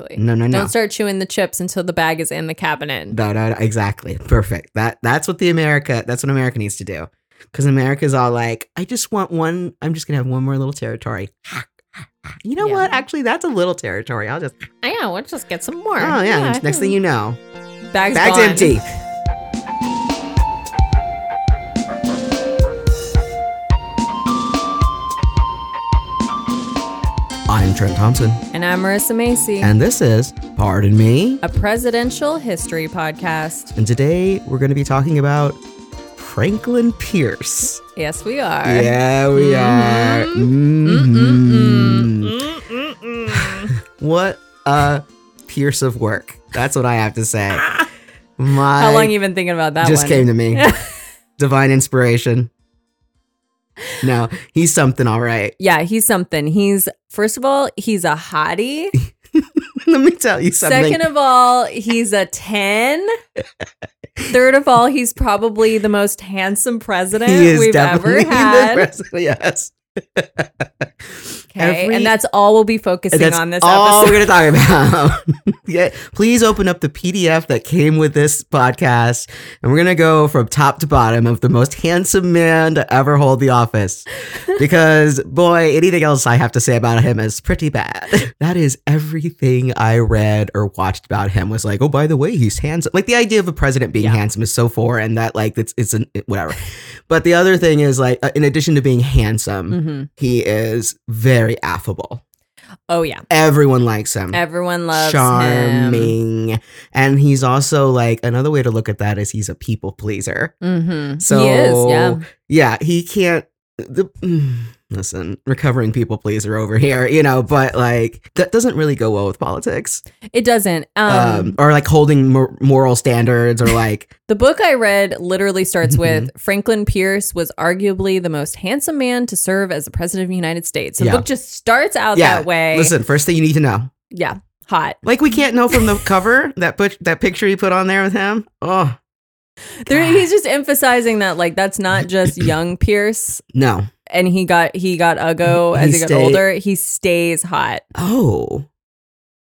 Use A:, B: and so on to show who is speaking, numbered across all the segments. A: Exactly.
B: No, no, no.
A: Don't start chewing the chips until the bag is in the cabinet.
B: No, no, no, exactly. Perfect. That that's what the America that's what America needs to do. Because America's all like, I just want one. I'm just gonna have one more little territory. you know
A: Yeah.
B: what? Actually, that's a little territory. I'll just.
A: I know. Let's Ah, just get some more.
B: Oh yeah.
A: I
B: next thing you know,
A: think bag's,
B: bag's
A: gone.
B: empty. I'm Trent Thompson,
A: And I'm Marissa Macy,
B: and this is Pardon Me.
A: a presidential history podcast.
B: And today we're going to be talking about Franklin Pierce.
A: Yes, we are.
B: Yeah, we
A: Mm-hmm.
B: are. Mhm. Mm-hmm. What a Pierce of work. That's what I have to say. My
A: How long you been thinking about that
B: just
A: one?
B: came to me. Divine inspiration. No, he's something all right.
A: Yeah, he's something. He's first of all, he's a hottie.
B: Let me tell you something.
A: Second of all, he's a 10. Third of all, he's probably the most handsome president
B: he is
A: we've
B: definitely
A: ever
B: the
A: had.
B: president, Yes.
A: okay,
B: every-
A: and that's all we'll be focusing
B: That's
A: on this
B: all
A: episode.
B: we're gonna talk about. yeah, please open up the PDF that came with this podcast, and we're gonna go from top to bottom of the most handsome man to ever hold the office. Because boy, anything else I have to say about him is pretty bad. that is everything I read or watched about him was like, oh, by the way, he's handsome. Like the idea of a president being
A: Yeah.
B: handsome is so foreign that like it's it's an whatever. but the other thing is like, uh, in addition to being handsome,
A: Mhm.
B: he is very affable.
A: Oh yeah,
B: Everyone likes him.
A: everyone loves him.
B: Charming. And he's also like another way to look at that is he's a people pleaser.
A: Mm-hmm.
B: So
A: he is, yeah.
B: yeah, he can't the mm, listen, recovering people pleaser over here, you know, but like that doesn't really go well with politics.
A: It doesn't. Um,
B: Um, or like holding mor- moral standards or like
A: the book I read literally starts
B: mm-hmm.
A: with Franklin Pierce was arguably the most handsome man to serve as the president of the United States. So
B: Yeah.
A: the book just starts out
B: Yeah,
A: that way.
B: listen, first thing you need to know.
A: Yeah, hot.
B: Like we can't know from the cover that put that picture you put on there with him. Oh,
A: There,
B: God.
A: he's just emphasizing that like that's not just young Pierce
B: no.
A: and he got he got uggo
B: He
A: as he got
B: stay-
A: older. He stays hot.
B: Oh,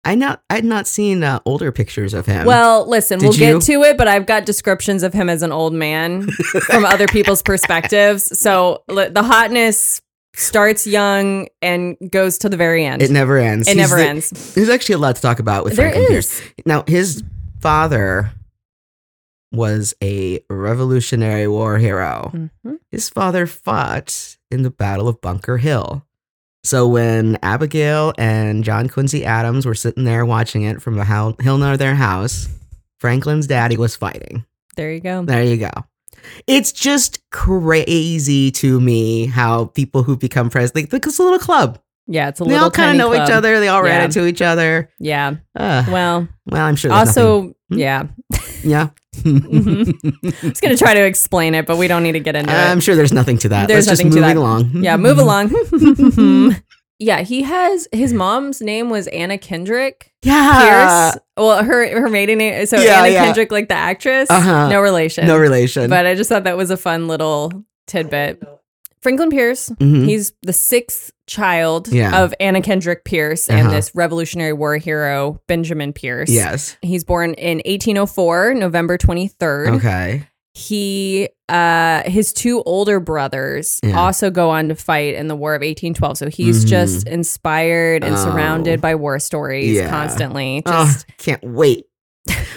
B: I not I'd not seen uh, older pictures of him.
A: well, listen, we'll
B: did
A: get to it, but I've got descriptions of him as an old man from other people's perspectives. So li- the hotness starts young and goes to the very end.
B: it
A: It,
B: never ends. He's
A: never
B: the-
A: ends.
B: There's actually a lot to talk about with
A: There
B: Franklin Pierce.
A: is.
B: Now, his father was a Revolutionary War hero.
A: Mhm.
B: His father fought in the Battle of Bunker Hill. So when Abigail and John Quincy Adams were sitting there watching it from the hou- hill near their house, Franklin's daddy was fighting.
A: There you go.
B: There you go. It's just crazy to me how people who become president, like, it's a little club.
A: Yeah, it's a
B: They
A: little
B: all kind of
A: tiny
B: know
A: club.
B: each other. They all ran
A: Yeah.
B: into each other.
A: Yeah.
B: Ugh.
A: Well,
B: Ah, well, I'm sure. there's
A: also,
B: Hmm?
A: yeah.
B: nothing- yeah.
A: Mhm. I was gonna try to explain it, but we don't need to get into it.
B: I'm sure there's nothing to that.
A: There's
B: Let's
A: nothing
B: just
A: to
B: moving
A: that.
B: along.
A: Yeah, move along. yeah, he has his mom's name was Anna Kendrick.
B: Yeah.
A: Pierce. Uh, Well, her her maiden name so
B: Yeah,
A: Anna
B: yeah.
A: Kendrick, like the actress.
B: Uh-huh.
A: No relation.
B: No relation.
A: But I just thought that was a fun little tidbit. Franklin Pierce,
B: Mhm.
A: he's the sixth child
B: Yeah.
A: of Anna Kendrick Pierce and
B: Uh-huh.
A: this Revolutionary War hero, Benjamin Pierce.
B: Yes.
A: He's born in 1804, November 23rd
B: Okay.
A: he uh his two older brothers
B: Yeah.
A: also go on to fight in the war of 1812 so he's
B: Mhm.
A: just inspired and
B: Oh.
A: surrounded by war stories
B: Yeah.
A: constantly
B: Oh,
A: just
B: can't wait.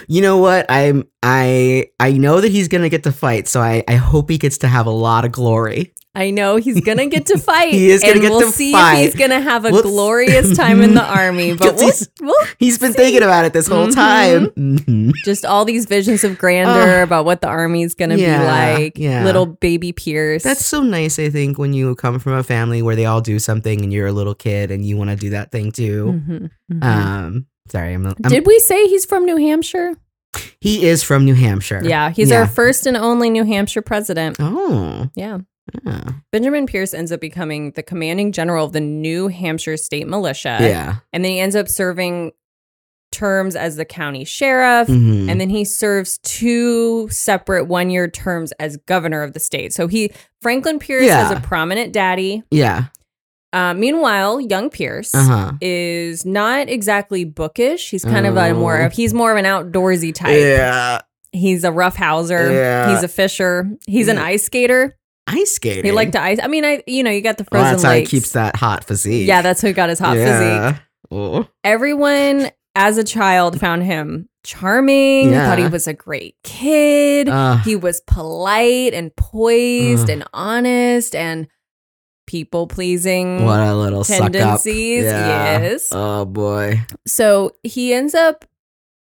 B: You know what? I'm I I know that he's gonna get to fight, so I, I hope he gets to have a lot of glory.
A: i know he's gonna get to fight
B: He is gonna
A: and
B: get
A: we'll
B: to
A: see
B: fight.
A: if he's gonna have a
B: We'll s-
A: glorious time in the army but
B: 'Cause
A: we'll,
B: he's-
A: we'll
B: He's been thinking about it this whole
A: Mhm.
B: time. Mhm.
A: just all these visions of grandeur about what the army's gonna
B: Yeah,
A: be like
B: yeah.
A: little baby pierce
B: That's so nice, I think, when you come from a family where they all do something and you're a little kid and you want to do that thing too.
A: Mhm, mhm.
B: Um, sorry, I'm, I'm
A: did we say he's from new hampshire
B: he is from New Hampshire.
A: yeah he's
B: Yeah.
A: our first and only new hampshire president
B: Oh,
A: yeah
B: yeah.
A: Uh, Benjamin Pierce ends up becoming the commanding general of the New Hampshire State Militia.
B: yeah.
A: And then he ends up serving terms as the county sheriff.
B: Mhm.
A: And then he serves two separate one year terms as governor of the state. So he, Franklin Pierce, has
B: Yeah.
A: a prominent daddy.
B: yeah.
A: Uh, meanwhile, young Pierce
B: Uh huh.
A: is not exactly bookish. He's kind of a
B: Oh.
A: more of he's more of an outdoorsy type.
B: Yeah.
A: He's a rough houser.
B: Yeah.
A: He's a fisher. He's an
B: Mm.
A: ice skater.
B: Ice skating.
A: He liked to ice. I mean, I you know you got the
B: Well,
A: frozen
B: that's how he
A: lakes.
B: keeps that hot physique.
A: yeah, that's who got his hot physique.
B: Oh.
A: Everyone as a child found him charming.
B: Yeah.
A: Thought he was a great kid.
B: Uh,
A: he was polite and poised and honest and people pleasing
B: what a little suck up.
A: tendencies.
B: Yeah.
A: Yes.
B: Oh boy.
A: So he ends up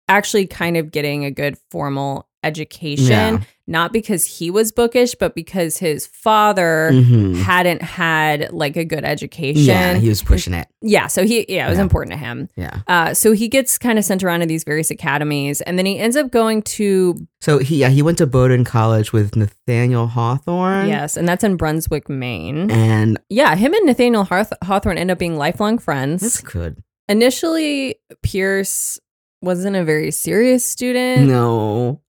A: actually kind of getting a good formal education,
B: Yeah.
A: not because he was bookish, but because his father
B: Mhm.
A: hadn't had like a good education.
B: Yeah, he was pushing it.
A: Yeah, so he yeah, it was
B: Yeah.
A: important to him.
B: Yeah.
A: Uh, so he gets kind of sent around to these various academies, and then he ends up going to
B: So he yeah, he went to Bowdoin College with Nathaniel Hawthorne.
A: yes, and that's in Brunswick, Maine.
B: And
A: Yeah, him and Nathaniel Hawth- Hawthorne end up being lifelong friends.
B: that's good.
A: Initially, Pierce wasn't a very serious student.
B: No.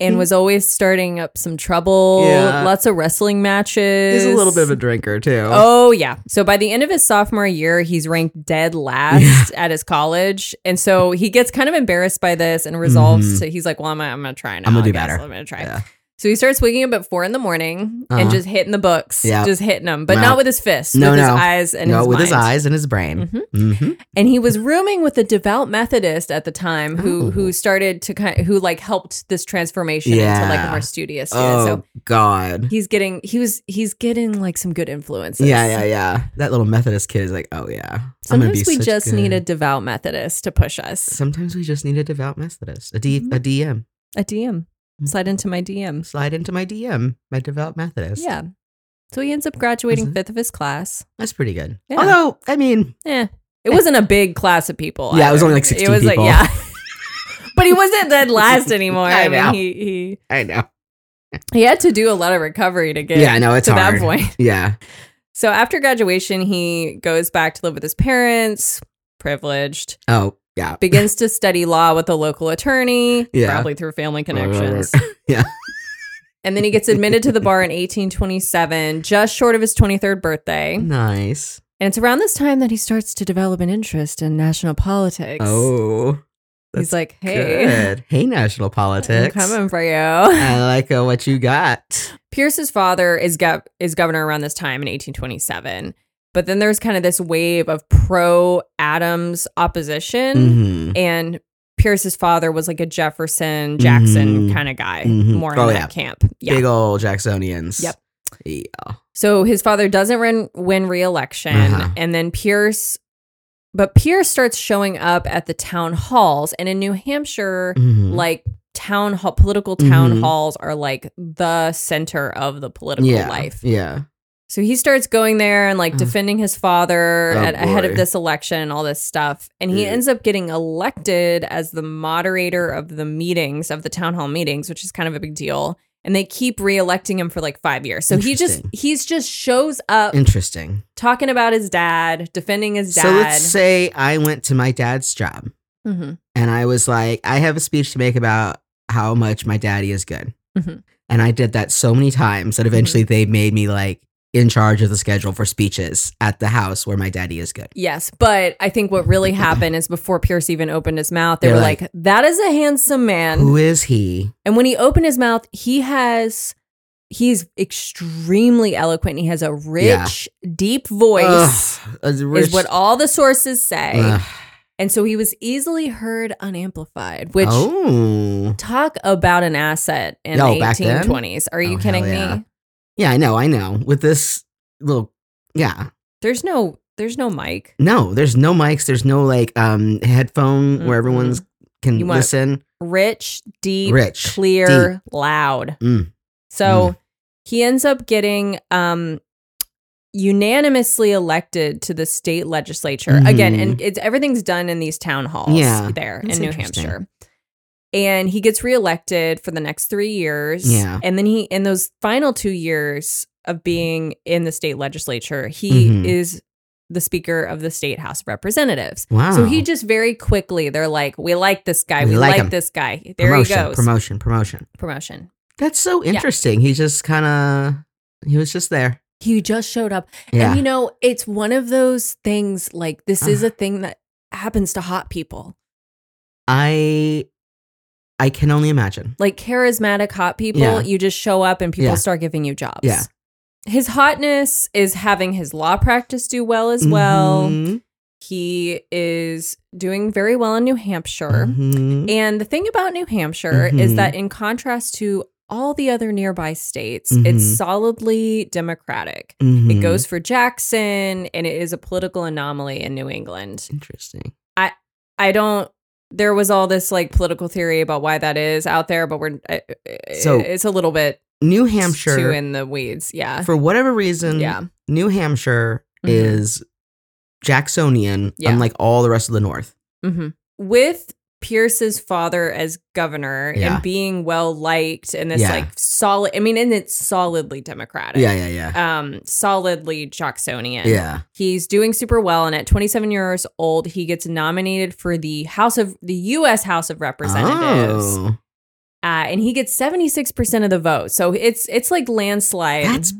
A: and was always starting up some trouble.
B: Yeah.
A: Lots of wrestling matches.
B: He's a little bit of a drinker too.
A: Oh yeah. So by the end of his sophomore year, he's ranked dead last at his college, and so he gets kind of embarrassed by this and resolves
B: Mhm.
A: to. He's like, "Well, I'm, gonna- I'm gonna try now.
B: gonna
A: I
B: do
A: guess.
B: better."
A: I'm gonna try."
B: Yeah.
A: So he starts waking up at four in the morning
B: Uh-huh.
A: and just hitting the books,
B: Yeah.
A: just hitting them, but
B: No.
A: not with his fists,
B: No,
A: with his
B: no.
A: eyes and
B: no,
A: his
B: with his
A: mind.
B: eyes and his brain.
A: Mhm.
B: Mm-hmm.
A: And he was rooming with a devout Methodist at the time who
B: Ooh.
A: who started to kind who like helped this transformation into like a
B: Yeah.
A: more studious student.
B: Oh
A: so
B: God.
A: he's getting he was he's getting like some good influences.
B: Yeah, yeah, yeah. That little Methodist kid is like, oh yeah. I'm gonna be
A: Sometimes we
B: such
A: just
B: good-
A: need a devout Methodist to push us.
B: Sometimes we just need a devout Methodist, a, D-
A: Mhm.
B: a DM.
A: A DM.
B: Mm-hmm.
A: Slide into my DMs.
B: Slide into my DM, my devout Methodist.
A: Yeah. So he ends up graduating
B: Mhm.
A: fifth of his class.
B: that's pretty good.
A: Yeah.
B: Although, I mean,
A: Eh. It wasn't a big class of people.
B: Yeah, it was
A: either.
B: only, like, 16
A: It was
B: people.
A: like yeah. but he wasn't dead last anymore.
B: I
A: I, mean
B: know.
A: he, he
B: I know.
A: he had to do a lot of recovery to get
B: Yeah, I know it's
A: to
B: hard.
A: that point.
B: Yeah,
A: So after graduation, he goes back to live with his parents, privileged,
B: Oh, yeah.
A: begins to study law with a local attorney,
B: Yeah.
A: probably through family
B: right, right.
A: connections.
B: Yeah.
A: And then he gets admitted to the bar in 1827, just short of his 23rd birthday.
B: Mm.
A: And
B: Nice.
A: it's around this time that he starts to develop an interest in national politics.
B: Oh,
A: He's
B: that's
A: like, hey,
B: good. Hey, national
A: I'm
B: politics.
A: coming for you.
B: I like uh, what you got.
A: Pierce's father is, gov- is governor around this time in 1827. But then there's kind of this wave of pro Adams opposition.
B: Mm-hmm.
A: and Pierce's father was like a Jefferson Jackson
B: Mhm.
A: kind of guy,
B: Mhm.
A: more in
B: Oh,
A: that
B: yeah.
A: camp. Yeah.
B: Big old Jacksonians.
A: Yep.
B: Yeah.
A: so his father doesn't win win re-election,
B: Uh-huh.
A: and then Pierce, but Pierce starts showing up at the town halls, and in New Hampshire,
B: Mhm.
A: like town hall, political town
B: Mhm.
A: halls are like the center of the political
B: yeah.
A: life.
B: Yeah.
A: So he starts going there and like
B: Uh.
A: defending his father
B: Oh,
A: at, ahead of
B: boy.
A: this election and all this stuff. And he
B: Yeah.
A: ends up getting elected as the moderator of the meetings, of the town hall meetings, which is kind of a big deal. And they keep reelecting him for like five years. So he just
B: Interesting.
A: he's just shows up
B: Interesting.
A: talking about his dad, defending his dad.
B: So let's say I went to my dad's job
A: Mhm.
B: and I was like, I have a speech to make about how much my daddy is good.
A: Mhm.
B: And I did that so many times
A: Mm-hmm.
B: that eventually they made me like in charge of the schedule for speeches at the house where my daddy is good.
A: Yes, but I think what really happened is before Pierce even opened his mouth, they
B: They're
A: were
B: like,
A: like, "That is a handsome man."
B: Who is he?
A: And when he opened his mouth, he has he's extremely eloquent. He has a rich, deep voice.
B: Ugh, a
A: Is
B: rich-
A: what all the sources say.
B: Ugh.
A: And so he was easily heard unamplified, which
B: oh.
A: talk about an asset in
B: Oh,
A: the
B: back then?
A: 1820s. Are you
B: Oh,
A: kidding
B: hell yeah.
A: me?
B: Yeah, I know, I know. With this little yeah.
A: There's no there's no mic.
B: No, there's no mics, there's no like um headphone where
A: Mhm.
B: everyone's can
A: You want-
B: listen.
A: Rich, deep,
B: Rich,
A: clear, loud.
B: Mm.
A: So he ends up getting um unanimously elected to the state legislature again
B: Mhm.
A: and it's everything's done in these town halls
B: Yeah.
A: there
B: That's
A: in New
B: interesting.
A: Hampshire. And he gets reelected for the next 3 years.
B: Yeah.
A: And then he in those final 2 years of being in the state legislature, he
B: Mhm.
A: is the speaker of the state house of representatives.
B: Wow.
A: So he just very quickly they're like we like this guy,
B: We
A: we,
B: Oh. like
A: like,
B: him.
A: this guy. There
B: promotion,
A: he goes.
B: Promotion, promotion.
A: Promotion.
B: That's so interesting. He just kind of he was just there.
C: He just showed up.
B: Yeah.
C: And you know, it's one of those things like this is a thing that happens to hot people.
B: I I can only imagine.
A: like charismatic hot people,
B: Yeah.
A: you just show up and people
B: Yeah.
A: start giving you jobs.
B: Yeah.
A: His hotness is having his law practice do well as well.
B: Mhm.
A: He is doing very well in New Hampshire.
B: Mhm.
A: And the thing about New Hampshire is
B: Mhm.
A: that, in contrast to all the other nearby states, it's
B: Mhm.
A: solidly Democratic. It
B: Mhm.
A: goes for Jackson, and it is a political anomaly in New England.
B: mm-hmm. interesting.
A: I don't. There was all this like political theory about why that is out there, but we're I- I-
B: So-
A: it's a little bit
B: New
A: too
B: Hampshire
A: in the weeds. Yeah,
B: for whatever reason
A: uh, yeah,
B: New Hampshire
A: Mhm.
B: is Jacksonian
A: Yeah.
B: unlike all the rest of the north.
A: hmm with Pierce's father as governor
B: Yeah.
A: and being well liked and this
B: Yeah.
A: like solid. I mean, and it's solidly Democratic.
B: Yeah, yeah, yeah.
A: Um, solidly Jacksonian.
B: yeah.
A: He's doing super well, and at 27 years old, he gets nominated for the House of the U.S. House of Representatives.
B: Oh,
A: uh, and he gets seventy six percent of the vote. So it's it's like landslide.
B: That's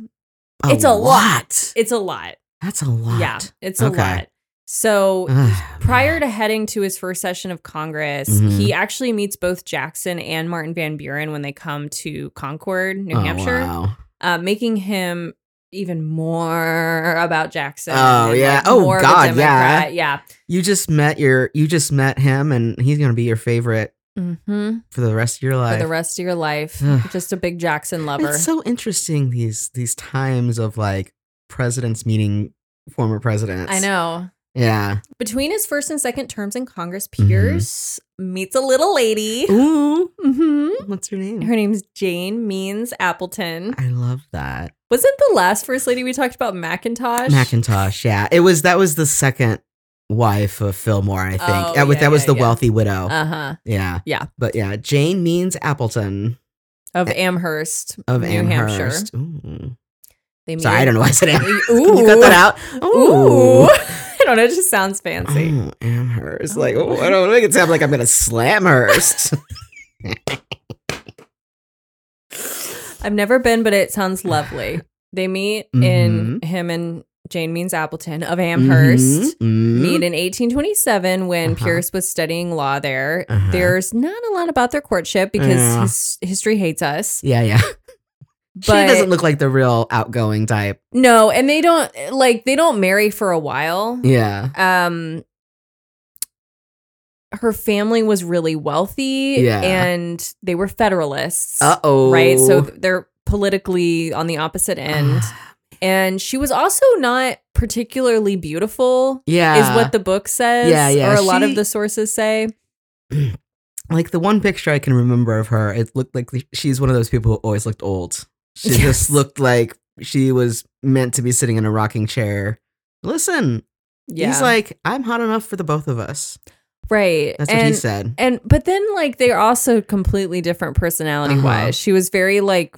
B: a
A: It's a lot.
B: lot.
A: it's a lot.
B: That's a lot.
A: Yeah, it's a
B: Okay. Uh-huh.
A: lot. So
B: Ugh,
A: prior to heading to his first session of Congress,
B: Mhm.
A: he actually meets both Jackson and Martin Van Buren when they come to Concord, New
B: oh,
A: Hampshire,
B: wow.
A: uh, making him even more about Jackson.
B: Oh,
A: and,
B: yeah.
A: like,
B: Oh,
A: more of a
B: God, yeah.
A: Democrat. yeah.
B: You just met your you just met him and he's gonna be your favorite
A: hmm
B: for the rest of your
A: For
B: life.
A: the rest of your life,
B: Ugh.
A: just a big Jackson lover.
B: It's so interesting these these times of like presidents meeting former presidents.
A: I know.
B: Yeah.
A: Between his first and second terms in Congress,
B: Mm-hmm.
A: Pierce meets a little lady.
B: Ooh.
A: hmm
B: What's her name?
A: Her name's Jane Means Appleton.
B: I love that.
A: Wasn't the last first lady we talked about Macintosh?
B: Macintosh, yeah. It was that was the second wife of Fillmore, I think.
A: Oh,
B: that was
A: yeah,
B: that was
A: yeah,
B: the
A: yeah.
B: wealthy widow.
A: Uh huh.
B: yeah.
A: yeah.
B: But yeah, Jane means Appleton
A: Of Amherst.
B: of
A: New
B: Amherst.
A: Hampshire.
B: Ooh.
A: They
B: Sorry, I don't know why I said Amherst.
A: Ooh.
B: Can you cut that out?
A: Ooh. I don't know. It just sounds fancy.
B: Oh, Amherst. Like,
A: Oh.
B: oh, I don't wanna make it sound like I'm gonna slam Hurst.
A: I've never been, but it sounds lovely. They meet
B: Mm-hmm.
A: in him and Jane Means Appleton of Amherst.
B: Mhm.
A: Meet in 1827 when
B: Mm-hmm. Uh-huh.
A: Pierce was studying law there.
B: Uh-huh.
A: There's not a lot about their courtship because
B: Yeah.
A: his, history hates us.
B: Yeah, yeah.
A: But-
B: she doesn't look like the real outgoing type.
A: No, and they don't like they don't marry for a while.
B: Yeah.
A: Um her family was really wealthy
B: Yeah.
A: and they were federalists.
B: Uh oh.
A: Right? So they're politically on the opposite end. and she was also not particularly beautiful.
B: yeah.
A: is what the book says,
B: Yeah, yeah,
A: or a lot of
B: she-
A: the sources say.
B: like the one picture I can remember of her, it looked like the- she's one of those people who always looked old. She
A: Yes.
B: just looked like she was meant to be sitting in a rocking chair. Listen,
A: Yeah,
B: he's like, I'm hot enough for the both of us.
A: right.
B: That's
A: and,
B: what he said.
A: And but then like they're also completely different personality
B: Uh-huh.
A: wise. She was very like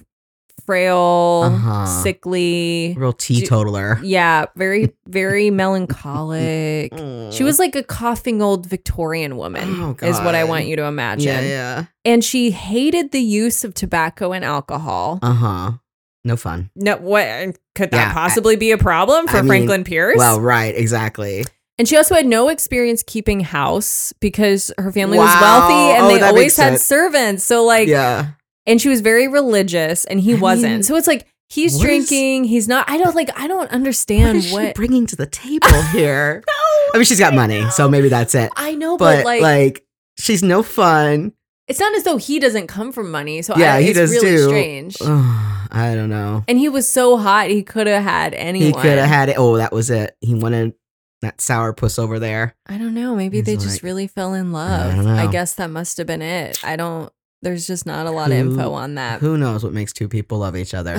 A: frail,
B: Uh-huh.
A: sickly.
B: Real teetotaler.
A: Yeah, very very melancholic. She was like a coughing old Victorian woman,
B: Oh,
A: is what I
B: God.
A: want you to imagine.
B: yeah, yeah.
A: And she hated the use of tobacco and alcohol.
B: Uh huh. No fun.
A: No, what could that
B: Yeah, I-
A: possibly be a problem for
B: I mean,
A: Franklin Pierce?
B: Well, right, exactly.
A: And she also had no experience keeping house because her family was
B: Wow.
A: wealthy and
B: Oh,
A: they
B: that
A: always
B: makes
A: had
B: sense.
A: servants. So like
B: yeah.
A: and she was very religious and he
B: I
A: wasn't.
B: mean,
A: so it's like he's
B: what is-
A: drinking, he's not I don't like I don't
B: What
A: understand
B: is
A: what,
B: she bringing to the table here?
A: No.
B: I mean, she's got money, so maybe that's it.
A: I know, but,
B: But,
A: like,
B: like, she's no fun.
A: it's not as though he doesn't come from money. So
B: Yeah,
A: I,
B: he
A: it's
B: does
A: really
B: too. Uh.
A: strange.
B: Ugh, I don't know.
A: and he was so hot he could have had anyone.
B: He could have had it. Oh, that was it. He wanted that sourpuss over there.
A: I don't know. Maybe
B: He's
A: they just
B: like,
A: really fell in love.
B: don't know.
A: I, guess that must have been it. I don't. There's just not a lot of
B: Who-
A: info on that.
B: Who knows what makes two people love each other?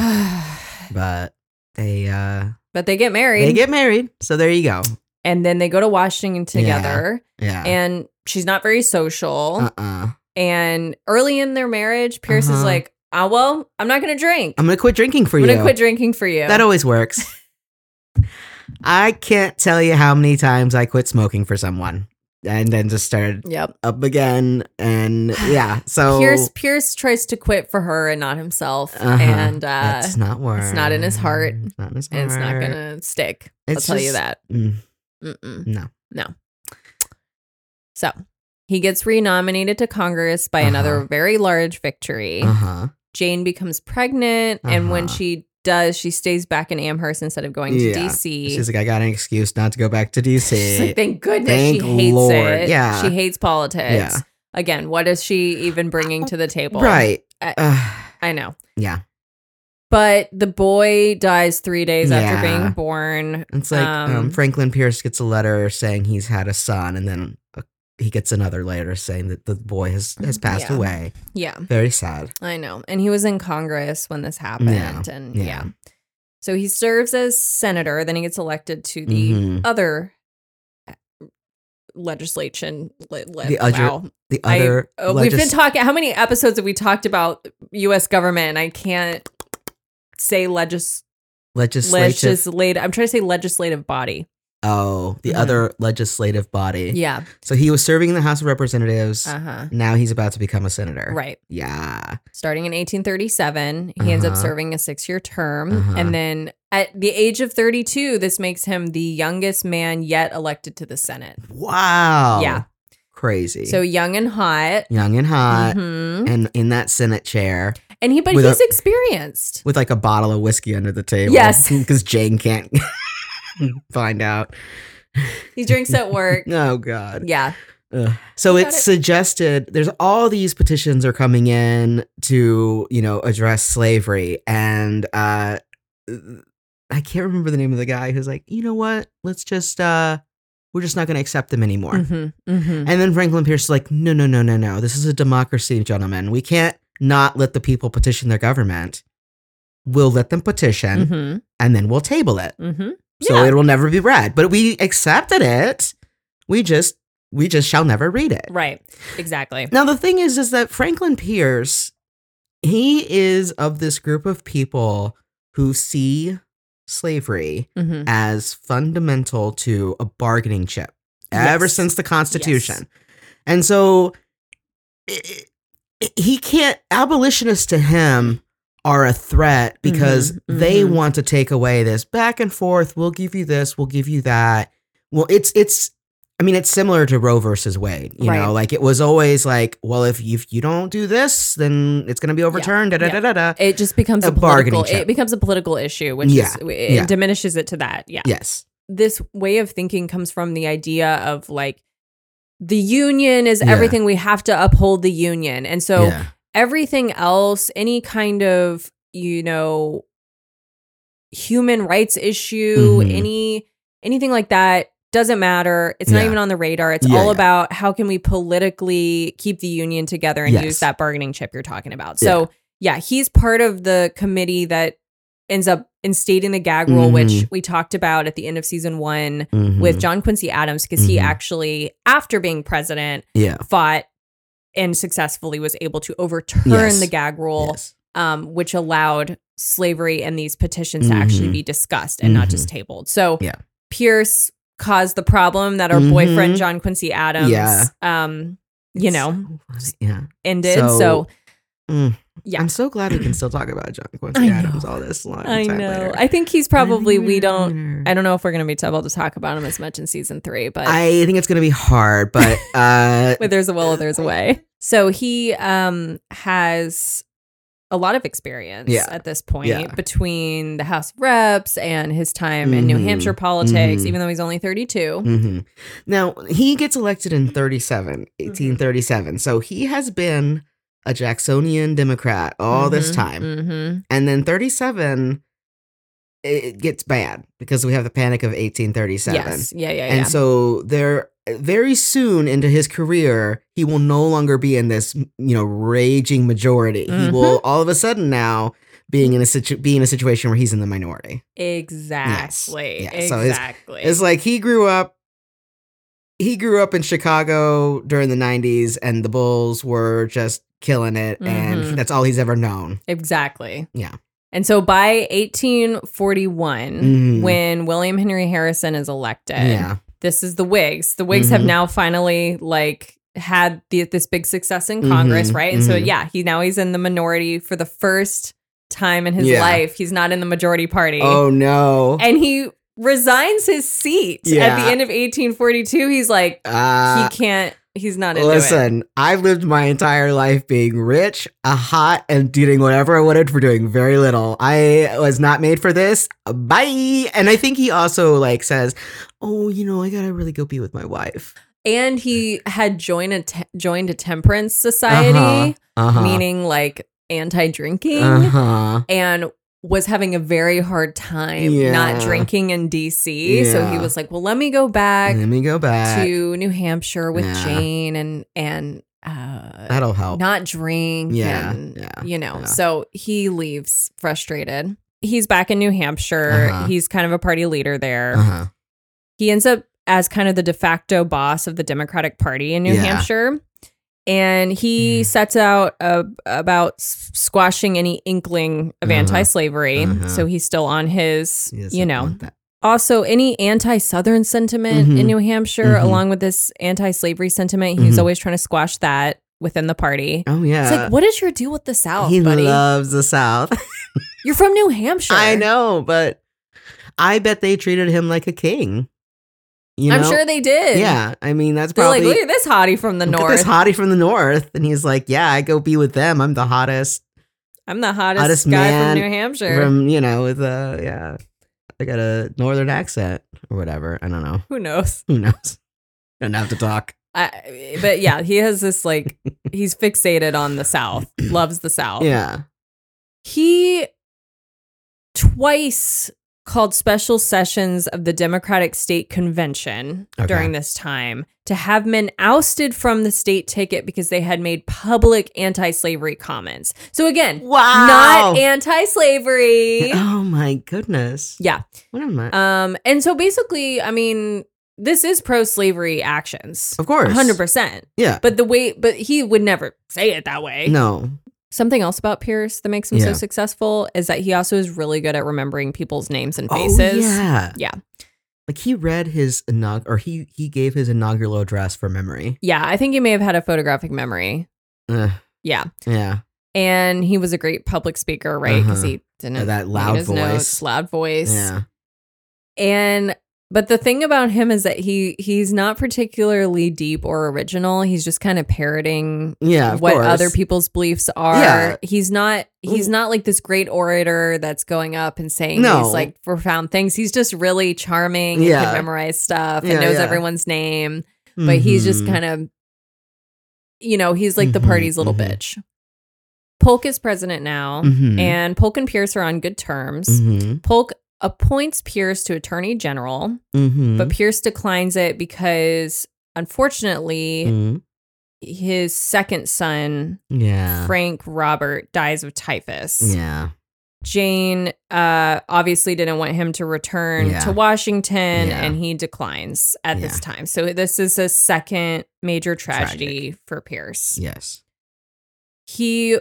B: but they uh
A: but they get married,
B: they get married. So there you go.
A: and then they go to Washington together.
B: Yeah.
A: And she's not very social.
B: uh uh
A: and early in their marriage, Pierce is
B: Uh-huh.
A: like, "Ah, well, I'm not going to drink.
B: I'm gonna quit drinking for
A: I'm
B: you.
A: going to quit drinking for you."
B: That always works. I can't tell you how many times I quit smoking for someone. and then just started
A: Yep.
B: up again. And yeah, so
A: Pierce Pierce tries to quit for her and not himself,
B: Uh-huh.
A: and uh,
B: that's not work.
A: it's not in his heart,
B: It's not in his heart.
A: and it's not gonna stick.
B: It's
A: I'll tell you
B: just-
A: that.
B: Mm,
A: Mm-mm.
B: no.
A: So he gets renominated to Congress by another
B: Uh-huh.
A: very large victory.
B: Uh huh.
A: Jane becomes pregnant, and when
B: Uh-huh.
A: she does, she stays back in Amherst instead of going
B: Yeah.
A: to DC.
B: She's like, I got an excuse not to go back to DC.
A: She's like, thank goodness
B: Thank
A: she hates
B: Lord.
A: it.
B: Yeah.
A: She hates politics.
B: Yeah.
A: Again, what is she even bringing to the table?
B: right.
A: I-
B: Ugh.
A: I know.
B: yeah.
A: But the boy dies three days after
B: Yeah.
A: being born.
B: It's like um,
A: Um,
B: Franklin Pierce gets a letter saying he's had a son, and then uh, he gets another letter saying that the boy has, has passed
A: Mm-hmm. Yeah.
B: away.
A: Yeah,
B: Very sad.
A: I know. And he was in Congress when this happened.
B: Yeah,
A: And
B: yeah.
A: yeah. So he serves as senator, then he gets elected to the
B: Mhm.
A: other uh, legislation. Le- le-
B: The other-
A: wow.
B: The
A: I-
B: other
A: oh, we've been
B: legis-
A: talking. How many episodes have we talked about U.S. government? And I can't say legis
B: legislative.
A: legislative. I'm trying to say legislative body.
B: oh, the
A: Mhm.
B: other legislative body.
A: Yeah.
B: So he was serving in the House of Representatives.
A: Uh huh.
B: now he's about to become a senator.
A: Right.
B: Yeah.
A: Starting in 1837, he ends up
B: Uh-huh.
A: serving a six year term.
B: Uh-huh.
A: And then at the age of 32, this makes him the youngest man yet elected to the Senate.
B: Wow.
A: Yeah.
B: Crazy.
A: So young and hot.
B: young and hot.
A: Mhm.
B: And in that Senate chair
A: And he, but
B: Uh, With a-
A: he's experienced.
B: with like a bottle of whiskey under the table.
A: Yes.
B: Because Jane can't find out.
A: He drinks at work.
B: Oh, God.
A: yeah.
B: Ugh. So
A: You
B: it's
A: got it.
B: suggested there's all these petitions are coming in to, you know, address slavery. And uh I can't remember the name of the guy who's like, you know what? Let's just uh we're just not gonna accept them anymore.
A: Mm-hmm. Mm-hmm.
B: And then Franklin Pierce is like, no, no, no, no, no. This is a democracy, gentlemen. We can't not let the people petition their government. We'll let them petition
A: Mm-hmm.
B: and then we'll table it.
A: Mm-hmm.
B: So
A: Yeah.
B: it will never be read. But we accepted it. We just we just shall never read it.
A: Right. Exactly.
B: Now the thing is is that Franklin Pierce he is of this group of people who see slavery
A: Mm-hmm.
B: as fundamental to a bargaining chip ever
A: Yes.
B: since the constitution. And so i- i- he can't abolitionists to him are a threat because
A: Mhm,
B: they
A: mhm.
B: want to take away this back and forth we'll give you this we'll give you that well it's it's i mean it's similar to roe versus wade you
A: Right.
B: know like it was always like well if you, if you don't do this then it's going to be overturned da, da,
A: yeah.
B: da, da, da.
A: It just becomes
B: A
A: a,
B: bargaining
A: political.
B: chip.
A: It becomes a political issue, which
B: Yeah.
A: is it
B: Yeah.
A: diminishes it to that. Yeah.
B: yes
A: this way of thinking comes from the idea of like the union is
B: Yeah.
A: everything we have to uphold the union and so
B: yeah.
A: everything else any kind of you know human rights issue
B: Mhm.
A: any anything like that doesn't matter it's not
B: Yeah.
A: even on the radar it's
B: Yeah,
A: all
B: yeah.
A: about how can we politically keep the union together and
B: Yes.
A: use that bargaining chip you're talking about so yeah he's part of the committee that ends up instating the gag rule which
B: Mm-hmm.
A: we talked about at the end of season one with
B: Mhm.
A: John Quincy Adams because he
B: Mhm.
A: actually, after being president,
B: yeah
A: fought and successfully was able to overturn
B: Yes.
A: the gag rule,
B: yes.
A: um, which allowed slavery and these petitions to actually
B: Mhm.
A: be discussed and not just tabled. So
B: Mm-hmm. Yeah.
A: Pierce caused the problem that our
B: Mhm.
A: boyfriend John Quincy Adams,
B: Yeah.
A: um, you
B: It's
A: know,
B: so funny. yeah
A: ended.
B: So-
A: So,
B: Mm.
A: yeah.
B: i'm so glad we can still talk about john
A: I
B: quincy
A: know.
B: adams all this long
A: I
B: time
A: know.
B: later.
A: I think he's probably
B: think
A: we
B: we're-
A: don't.
B: we're-
A: I don't know if we're going to be able to talk about him as much in season three, but
B: I think it's gonna be hard, but uh,
A: where there's a will, there's a way. So he um has a lot of experience
B: Yeah.
A: at this point
B: Yeah.
A: between the House of Reps and his time in New
B: Mhm.
A: Hampshire politics,
B: Mhm.
A: even though he's only 32.
B: Mhm. now he gets elected in 37,
A: Mm-hmm.
B: 1837. So he has been a Jacksonian Democrat all this
A: Mhm,
B: time,
A: mhm.
B: and then 37, it it gets bad because we have the Panic of 1837.
A: Yes. Yeah, yeah, yeah.
B: And so there very soon into his career, he will no longer be in this, you know, raging majority. He
A: Mhm.
B: will all of a sudden now being in a situ- be in a situation where he's in the minority.
A: exactly.
B: yeah. So it's-
A: Exactly.
B: It's like he grew up he grew up in Chicago during the 90s and the Bulls were just killing it
A: Mhm.
B: and that's all he's ever known.
A: exactly.
B: Yeah.
A: And so by 1841,
B: Mhm.
A: when William Henry Harrison is elected,
B: Mm. Yeah.
A: this is the Whigs. The Whigs
B: Mhm.
A: have now finally like had the, this big success in Congress,
B: Mhm,
A: right? And so
B: mhm.
A: yeah, he now he's in the minority for the first time in his
B: Yeah.
A: life. He's not in the majority party.
B: Oh no.
A: And he resigns his seat at
B: Yeah.
A: the end of 1842. He's like
B: Uh,
A: he can't he's not into it.
B: listen, I've lived my entire life being rich, uh, hot, and doing whatever I wanted for doing very little. I was not made for this. Bye. And I think he also like says, "Oh, you know, I gotta really go be with my wife."
A: And he had joined a te- joined a temperance society,
B: Uh huh.
A: meaning like anti-drinking.
B: Uh huh.
A: and was having a very hard time
B: Yeah.
A: not drinking in DC. So he
B: Yeah.
A: was like, "Well, let me go back
B: Let me go back.
A: to New Hampshire with
B: Yeah.
A: Jane and and uh,
B: That'll help.
A: not drink."
B: Yeah,
A: and,
B: yeah,
A: you know.
B: yeah.
A: So he leaves frustrated. He's back in New Hampshire.
B: Uh-huh.
A: He's kind of a party leader there.
B: uh-huh.
A: He ends up as kind of the de facto boss of the Democratic Party in New
B: Yeah.
A: Hampshire. And he
B: Mm.
A: sets out uh, about s- squashing any inkling of
B: Uh-huh.
A: anti slavery.
B: Uh-huh.
A: So he's still on his,
B: Yes, I
A: you know.
B: want that.
A: Also, any anti Southern sentiment
B: Mhm.
A: in New Hampshire,
B: Mhm.
A: along with this anti slavery sentiment, he's
B: Mhm.
A: always trying to squash that within the party.
B: Oh yeah.
C: It's like, what is your deal with the South,
B: he
C: buddy?
B: loves the South.
C: You're from New Hampshire.
B: I know, but I bet they treated him like a king. You
A: I'm
B: know?
A: sure they did.
B: Yeah, I mean that's
A: They're
B: probably
A: like, look at this hottie from the
B: Look at
A: north.
B: this hottie from the north, and he's like, "Yeah, I go be with them. I'm the hottest
A: I'm the hottest,
B: hottest
A: guy
B: man
A: from New Hampshire.
B: from you know with a yeah, I got a northern accent or whatever. I don't know.
A: Who knows?
B: Who knows? Don't have to talk.
A: I, but yeah, he has this like he's fixated on the South, loves the South.
B: Yeah.
A: He twice called special sessions of the Democratic State Convention
B: Okay.
A: during this time to have men ousted from the state ticket because they had made public anti-slavery comments. So again,
B: Wow.
A: not anti-slavery.
B: oh my goodness.
A: Yeah.
B: What am I?
A: Um and so basically, I mean, this is pro-slavery actions.
B: of course.
A: 100%.
B: Yeah.
A: But the way, but he would never say it that way.
B: No.
A: Something else about Pierce that makes him
B: Yeah.
A: so successful is that he also is really good at remembering people's names and faces.
B: Oh, yeah.
A: Yeah.
B: Like he read his inaug or he he gave his inaugural address for memory.
A: Yeah, I think he may have had a photographic memory.
B: Ugh,
A: Yeah.
B: yeah.
A: And he was a great public speaker, right? Because
B: Uh-huh.
A: he didn't
B: That
A: read
B: loud
A: his
B: voice.
A: notes, loud voice.
B: Yeah.
A: And but the thing about him is that he he's not particularly deep or original. He's just kind of parroting
B: Yeah. Of
A: what
B: course.
A: other people's beliefs are.
B: Yeah.
A: He's not he's
B: Mm.
A: not like this great orator that's going up and saying
B: No.
A: these like profound things. He's just really charming yeah. and
B: Yeah.
A: can memorize stuff
B: Yeah,
A: and knows
B: yeah.
A: everyone's name. But he's
B: Mm-hmm.
A: just kind of you know, he's like the
B: Mhm,
A: party's little
B: mhm.
A: bitch. Polk is president now,
B: Mhm.
A: and Polk and Pierce are on good terms.
B: Mhm.
A: Polk appoints Pierce to attorney general,
B: Mhm.
A: but Pierce declines it because unfortunately
B: Mhm.
A: his second son
B: yeah.
A: Frank Robert dies of typhus.
B: yeah.
A: Jane uh, obviously didn't want him to return
B: Yeah.
A: to Washington,
B: Yeah.
A: and he declines at this
B: Yeah.
A: time. So this is a second major tragedy for Pierce.
B: Yes.
A: He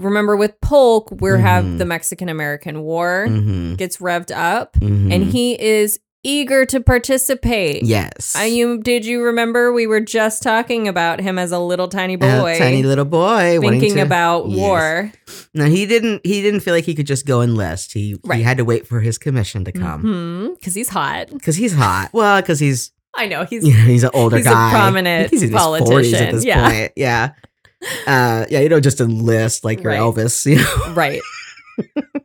A: remember with Polk, we have
B: Mhm.
A: the Mexican American War
B: Mhm.
A: gets revved up,
B: Mhm.
A: Mm-hmm. and he is eager to participate.
B: Yes.
A: Uh, you did you remember we were just talking about him as a little tiny boy,
B: A tiny little boy wanting
A: thinking
B: to-
A: about
B: Yes.
A: war.
B: No, he didn't. He didn't feel like he could just go enlist. He
A: Right. Mm-hmm.
B: he had to wait for his commission to come
A: because he's hot.
B: because he's hot. Well, because he's
A: I know he's
B: you know, he's an older
A: He's a
B: guy.
A: prominent
B: I think in his 40s
A: politician,
B: at this
A: yeah.
B: point. Yeah. Uh, yeah, you don't just enlist like your
A: Right.
B: Elvis, you know.
A: right.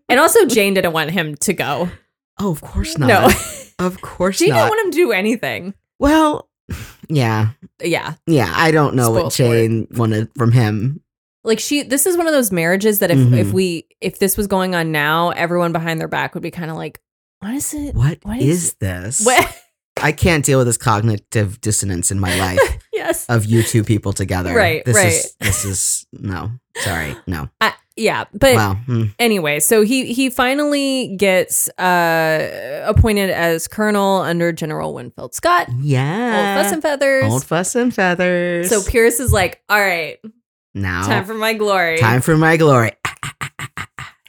A: and also, Jane didn't want him to go.
B: Oh, of course not.
A: No,
B: Of course
A: Jane
B: not.
A: didn't want him to do anything.
B: well, yeah.
A: Yeah,
B: Yeah, I don't know
A: Spoiled
B: what
A: sport.
B: Jane wanted from him.
A: like she. This is one of those marriages that if
B: Mhm.
A: if we if this was going on now, everyone behind their back would be kind of like, what is it? What
B: what
A: is-
B: is, this?
A: What?
B: I can't deal with this cognitive dissonance in my life
A: yes.
B: of you two people together.
A: Right,
B: This
A: right.
B: is this is no. Sorry. No.
A: I, yeah, but
B: wow. Hmm.
A: anyway, so he he finally gets uh appointed as colonel under General Winfield Scott.
B: Yeah.
A: Old fuss and feathers.
B: Old fuss and feathers.
A: so Pierce is like, all right,
B: now
A: time for my glory.
B: Time for my glory.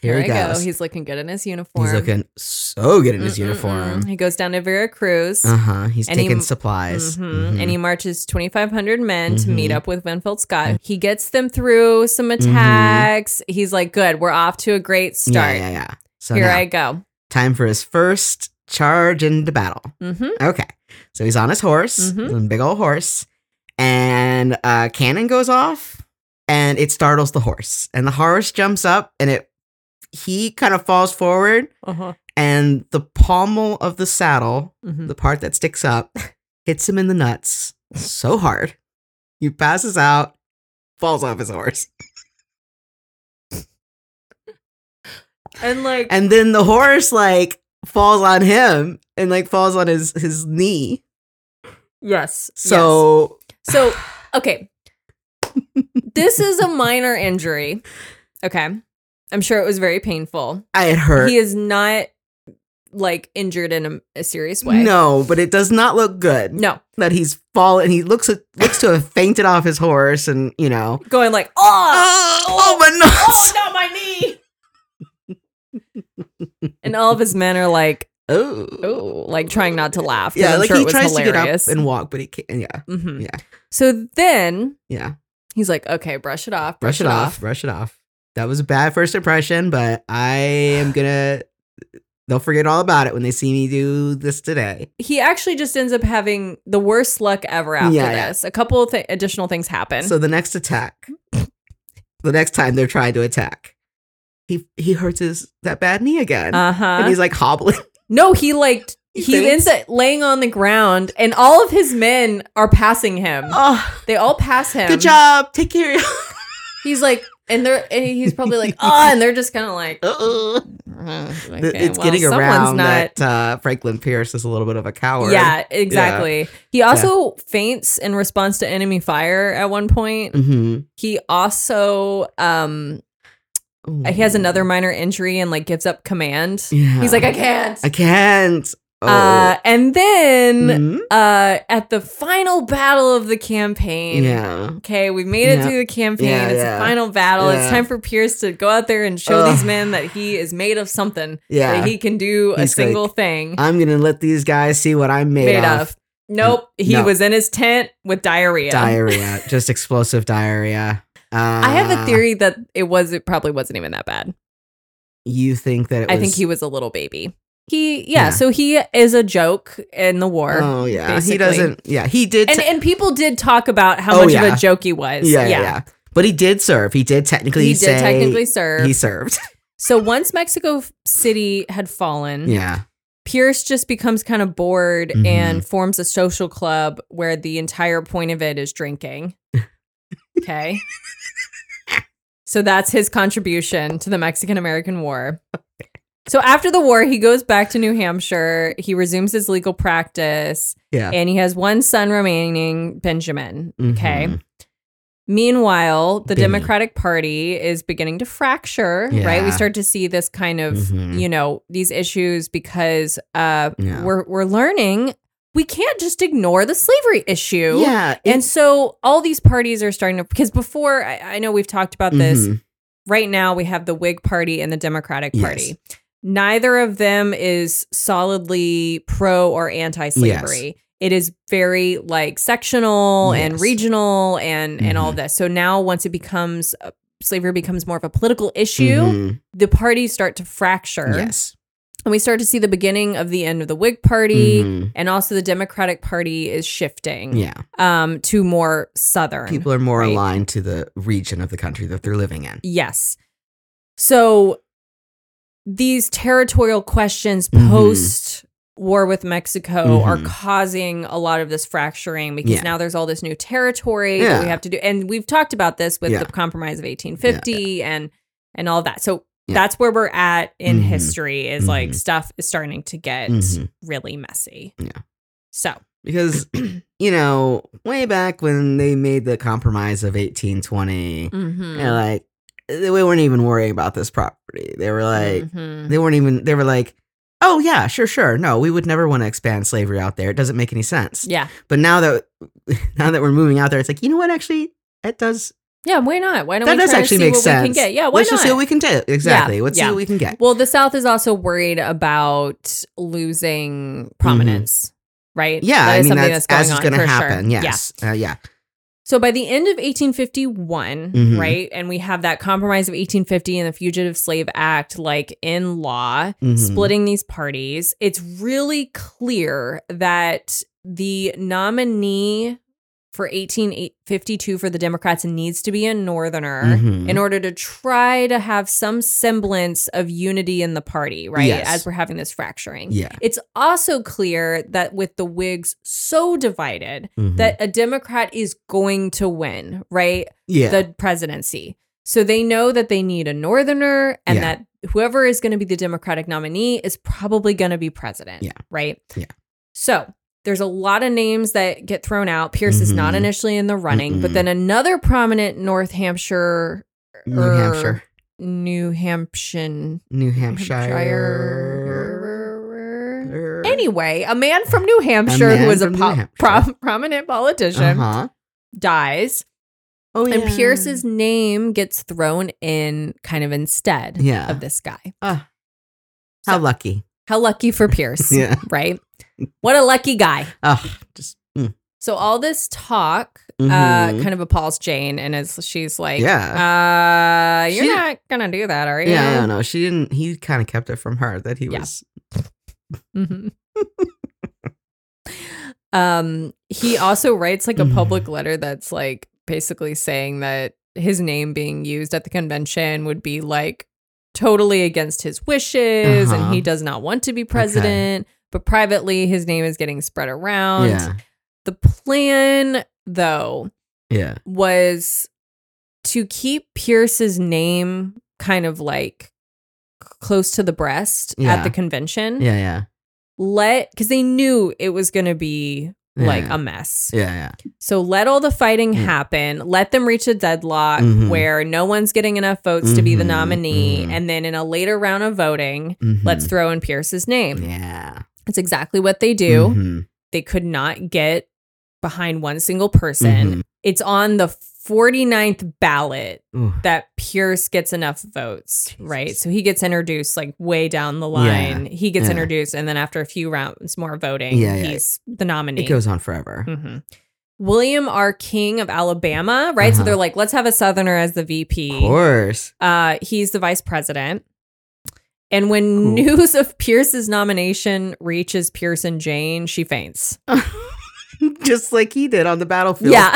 B: Here he
A: I go.
B: goes.
A: He's looking good in his uniform.
B: He's looking so good in his
A: Mm-mm-mm.
B: uniform.
A: He goes down to Veracruz.
B: Uh huh. He's
A: And he-
B: taking supplies.
A: Mhm.
B: Mhm.
A: And he marches 2,500 men to meet
B: Mhm.
A: up with Winfield Scott. He gets them through some attacks. He's like, good, we're off to a great
B: Mm-hmm. yeah,
A: start.
B: yeah, yeah. So
A: Here
B: now,
A: I go.
B: time for his first charge into battle.
A: hmm
B: Okay. So he's on his horse,
A: Mhm.
B: his own big old horse, and a cannon goes off and it startles the horse. And the horse jumps up and it he kind of falls forward
A: Uh-huh.
B: and the pommel of the saddle,
A: hmm
B: the part that sticks up, hits him in the nuts so hard. He passes out, falls off his horse.
A: And like,
B: And then the horse like falls on him and like falls on his his knee.
A: yes. yes.
B: So
A: so, okay. this is a minor injury. Okay. I'm sure it was very painful.
B: I had hurt.
A: He is not like injured in a, a serious way.
B: No, but it does not look good.
A: No.
B: That he's fallen. He looks looks to have fainted off his horse, and you know.
A: Going like, oh,
B: Oh, oh my nuts!
A: Ah, not my knee. and all of his men are like,
B: Oh,
A: oh, like trying not to laugh. 'cause
B: yeah.
A: I'm
B: like
A: sure
B: he
A: it was
B: tries
A: hilarious.
B: to get up and walk, but he can't. Yeah,
A: Mhm.
B: yeah.
A: So then
B: yeah.
A: he's like, okay, brush it off.
B: Brush it off. Brush it off. That was a bad first impression, but I am gonna. They'll forget all about it when they see me do this today.
A: He actually just ends up having the worst luck ever after
B: Yeah, yeah.
A: this. A couple of th- additional things happen.
B: So the next attack, the next time they're trying to attack, he he hurts his that bad knee again,
A: uh
B: and
A: huh.
B: he's like hobbling.
A: No, he like
B: He
A: he ends up laying on the ground, and all of his men are passing him.
B: Oh,
A: They all pass him.
B: Good job. Take care.
A: He's like, and they're and he's probably like, oh, and they're just kind of like, "Mm,
B: Uh-uh.
A: okay,
B: Th- it's
A: well,
B: getting
A: someone's
B: around
A: not-
B: that uh, Franklin Pierce is a little bit of a coward.
A: Yeah, exactly. He also faints in response to enemy fire at one point.
B: hmm
A: He also um he has another minor injury and like gives up command.
B: Mm. Yeah.
A: He's like, I can't.
B: I can't. Oh.
A: Uh, and then
B: Mhm.
A: uh at the final battle of the campaign.
B: Yeah.
A: Okay, we made it
B: Yeah.
A: through the campaign.
B: Yeah,
A: it's
B: yeah.
A: the final battle. It's
B: Yeah.
A: time for Pierce to go out there and show
B: Ugh.
A: these men that he is made of something.
B: Yeah.
A: That he can do a
B: He's like,
A: single thing.
B: I'm going to let these guys see what I'm made,
A: made,
B: of.
A: of. Nope. He
B: No.
A: was in his tent with diarrhea.
B: Diarrhea. Just explosive diarrhea. Uh,
A: I have a theory that it was it probably wasn't even that bad.
B: You think that it was.
A: I think he was a little baby. He yeah,
B: Yeah.
A: so he is a joke in the war.
B: Oh, yeah.
A: basically.
B: He doesn't. Yeah. He did.
A: and
B: te-
A: and people did talk about how
B: Oh,
A: much of
B: yeah.
A: a joke he was.
B: yeah, yeah, yeah. But he did serve. He did technically
A: He did
B: say
A: technically serve.
B: he served.
A: so once Mexico City had fallen,
B: yeah.
A: Pierce just becomes kind of bored
B: Mhm.
A: and forms a social club where the entire point of it is drinking. Okay. so that's his contribution to the Mexican American War. So after the war, he goes back to New Hampshire. He resumes his legal practice
B: Yeah.
A: and he has one son remaining, Benjamin. Okay.
B: Mhm.
A: Meanwhile, the
B: Benny.
A: Democratic Party is beginning to fracture, right?
B: Yeah.
A: We start to see this kind of,
B: Mhm.
A: you know, these issues because uh
B: Yeah.
A: we're we're learning we can't just ignore the slavery issue.
B: Yeah.
A: And so all these parties are starting to because before I, I know we've talked about this.
B: Mhm.
A: Right now we have the Whig Party and the Democratic
B: Yes.
A: Party. Neither of them is solidly pro or anti-slavery. It is very like sectional and
B: Yes.
A: regional and and all
B: Mhm.
A: of this. So now once it becomes uh, slavery becomes more of a political issue,
B: Mhm.
A: the parties start to fracture.
B: Yes.
A: And we start to see the beginning of the end of the Whig Party.
B: Mhm.
A: And also, the Democratic Party is shifting
B: Yeah.
A: um, to more Southern.
B: People are more
A: right?
B: aligned to the region of the country that they're living in.
A: Yes. So these territorial questions
B: Mhm.
A: post war with Mexico are
B: Mhm.
A: causing a lot of this fracturing because
B: Yeah.
A: now there's all this new territory that we
B: Yeah.
A: have to do. And we've talked about this with
B: Yeah.
A: the compromise of 1850 and and all of that. So
B: Yeah.
A: that's where we're at in
B: Mhm.
A: history is like
B: Mhm.
A: stuff is starting to get
B: Mhm.
A: really messy.
B: Yeah.
A: So
B: Because, you know, way back when they made the compromise of 1820,
A: mhm.
B: and like, they weren't even worrying about this property. They were like,
A: Mhm.
B: they weren't even, they were like, oh, yeah, sure, sure. No, we would never want to expand slavery out there. It doesn't make any sense.
A: yeah.
B: But now that, now that we're moving out there, it's like, you know what, actually, that does
A: Yeah, why not? Why don't
B: that
A: we
B: does
A: try to
B: actually
A: see
B: make
A: what
B: sense.
A: we can get? Yeah, why
B: Let's
A: not?
B: just see what we can do. Exactly. Let's see
A: yeah.
B: what we can get.
A: well, the South is also worried about losing prominence, right?
B: Mm-hmm. yeah,
A: That
B: I
A: is
B: mean
A: something
B: that's, as it's
A: going
B: going
A: on
B: to
A: for sure.
B: happen.
A: Yeah.
B: Yes. Yeah. Uh, yeah.
A: So by the end of 1851,
B: Mhm.
A: right, and we have that compromise of 1850 and the Fugitive Slave Act, like in law,
B: Mhm.
A: splitting these parties, it's really clear that the nominee for 1852 for the Democrats needs to be a Northerner
B: Mhm.
A: in order to try to have some semblance of unity in the party, right?
B: Yes.
A: As we're having this fracturing.
B: Yeah.
A: It's also clear that with the Whigs so divided,
B: Mhm.
A: that a Democrat is going to win, right?
B: yeah.
A: The presidency. So they know that they need a Northerner and
B: Yeah.
A: that whoever is going to be the Democratic nominee is probably going to be president,
B: Yeah.
A: right?
B: Yeah.
A: So there's a lot of names that get thrown out. Pierce is not
B: Mhm.
A: initially in the running, but
B: Mm-mm.
A: then another prominent North Hampshire,
B: New
A: er,
B: Hampshire.
A: New Hampshire,
B: New Hampshire.
A: Hampshire.
B: Er.
A: Anyway, a man from New Hampshire
B: man
A: who is a
B: from New
A: po-
B: Hampshire.
A: prom- prominent politician
B: Uh-huh.
A: dies
B: Oh
A: and Pierce's name gets thrown in kind of instead
B: Yeah.
A: of this guy.
B: How lucky.
A: How lucky for Pierce,
B: Yeah.
A: right? What a lucky guy.
B: Oh, just mm.
A: So all this talk
B: Mhm.
A: uh kind of appalls Jane and is she's like, uh you're
B: She-
A: not going to do that, are you?
B: yeah. No, no, she didn't. He kind of kept it from her that he
A: Yeah.
B: was.
A: Mhm. um, he also writes like a
B: Mm-hmm.
A: public letter that's like basically saying that his name being used at the convention would be like totally against his wishes
B: Uh-huh.
A: and he does not want to be president. But privately, his name is getting spread around.
B: Yeah.
A: The plan, though,
B: Yeah.
A: was to keep Pierce's name kind of like c- close to the breast
B: Yeah.
A: at the convention
B: Yeah. Yeah.
A: let because they knew it was going to be
B: Yeah.
A: like um, a mess.
B: Yeah.
A: So let all the fighting
B: Mm.
A: happen. Let them reach a deadlock
B: Mhm.
A: where no one's getting enough votes to be the
B: Mhm,
A: nominee.
B: mhm.
A: And then in a later round of voting,
B: Yeah. Mhm.
A: let's throw in Pierce's name.
B: Yeah. Mm-hmm.
A: That's exactly what they do.
B: Mhm.
A: They could not get behind one single person.
B: Mhm.
A: It's on the 49th ballot
B: Ooh.
A: that Pierce gets enough votes, right?
B: Jesus.
A: So he gets introduced like way down the line. He gets
B: yeah.
A: introduced, and then after a few rounds more voting,
B: Yeah, yeah.
A: he's the nominee.
B: It goes on forever.
A: Mhm. William R. King of Alabama, right? So
B: Uh-huh.
A: they're like, let's have a Southerner as the
B: Of
A: VP.
B: course.
A: Uh, he's the vice president. And when
B: Cool.
A: news of Pierce's nomination reaches Pierce and Jane, she faints.
B: just like he did on the battlefield.
A: Yeah.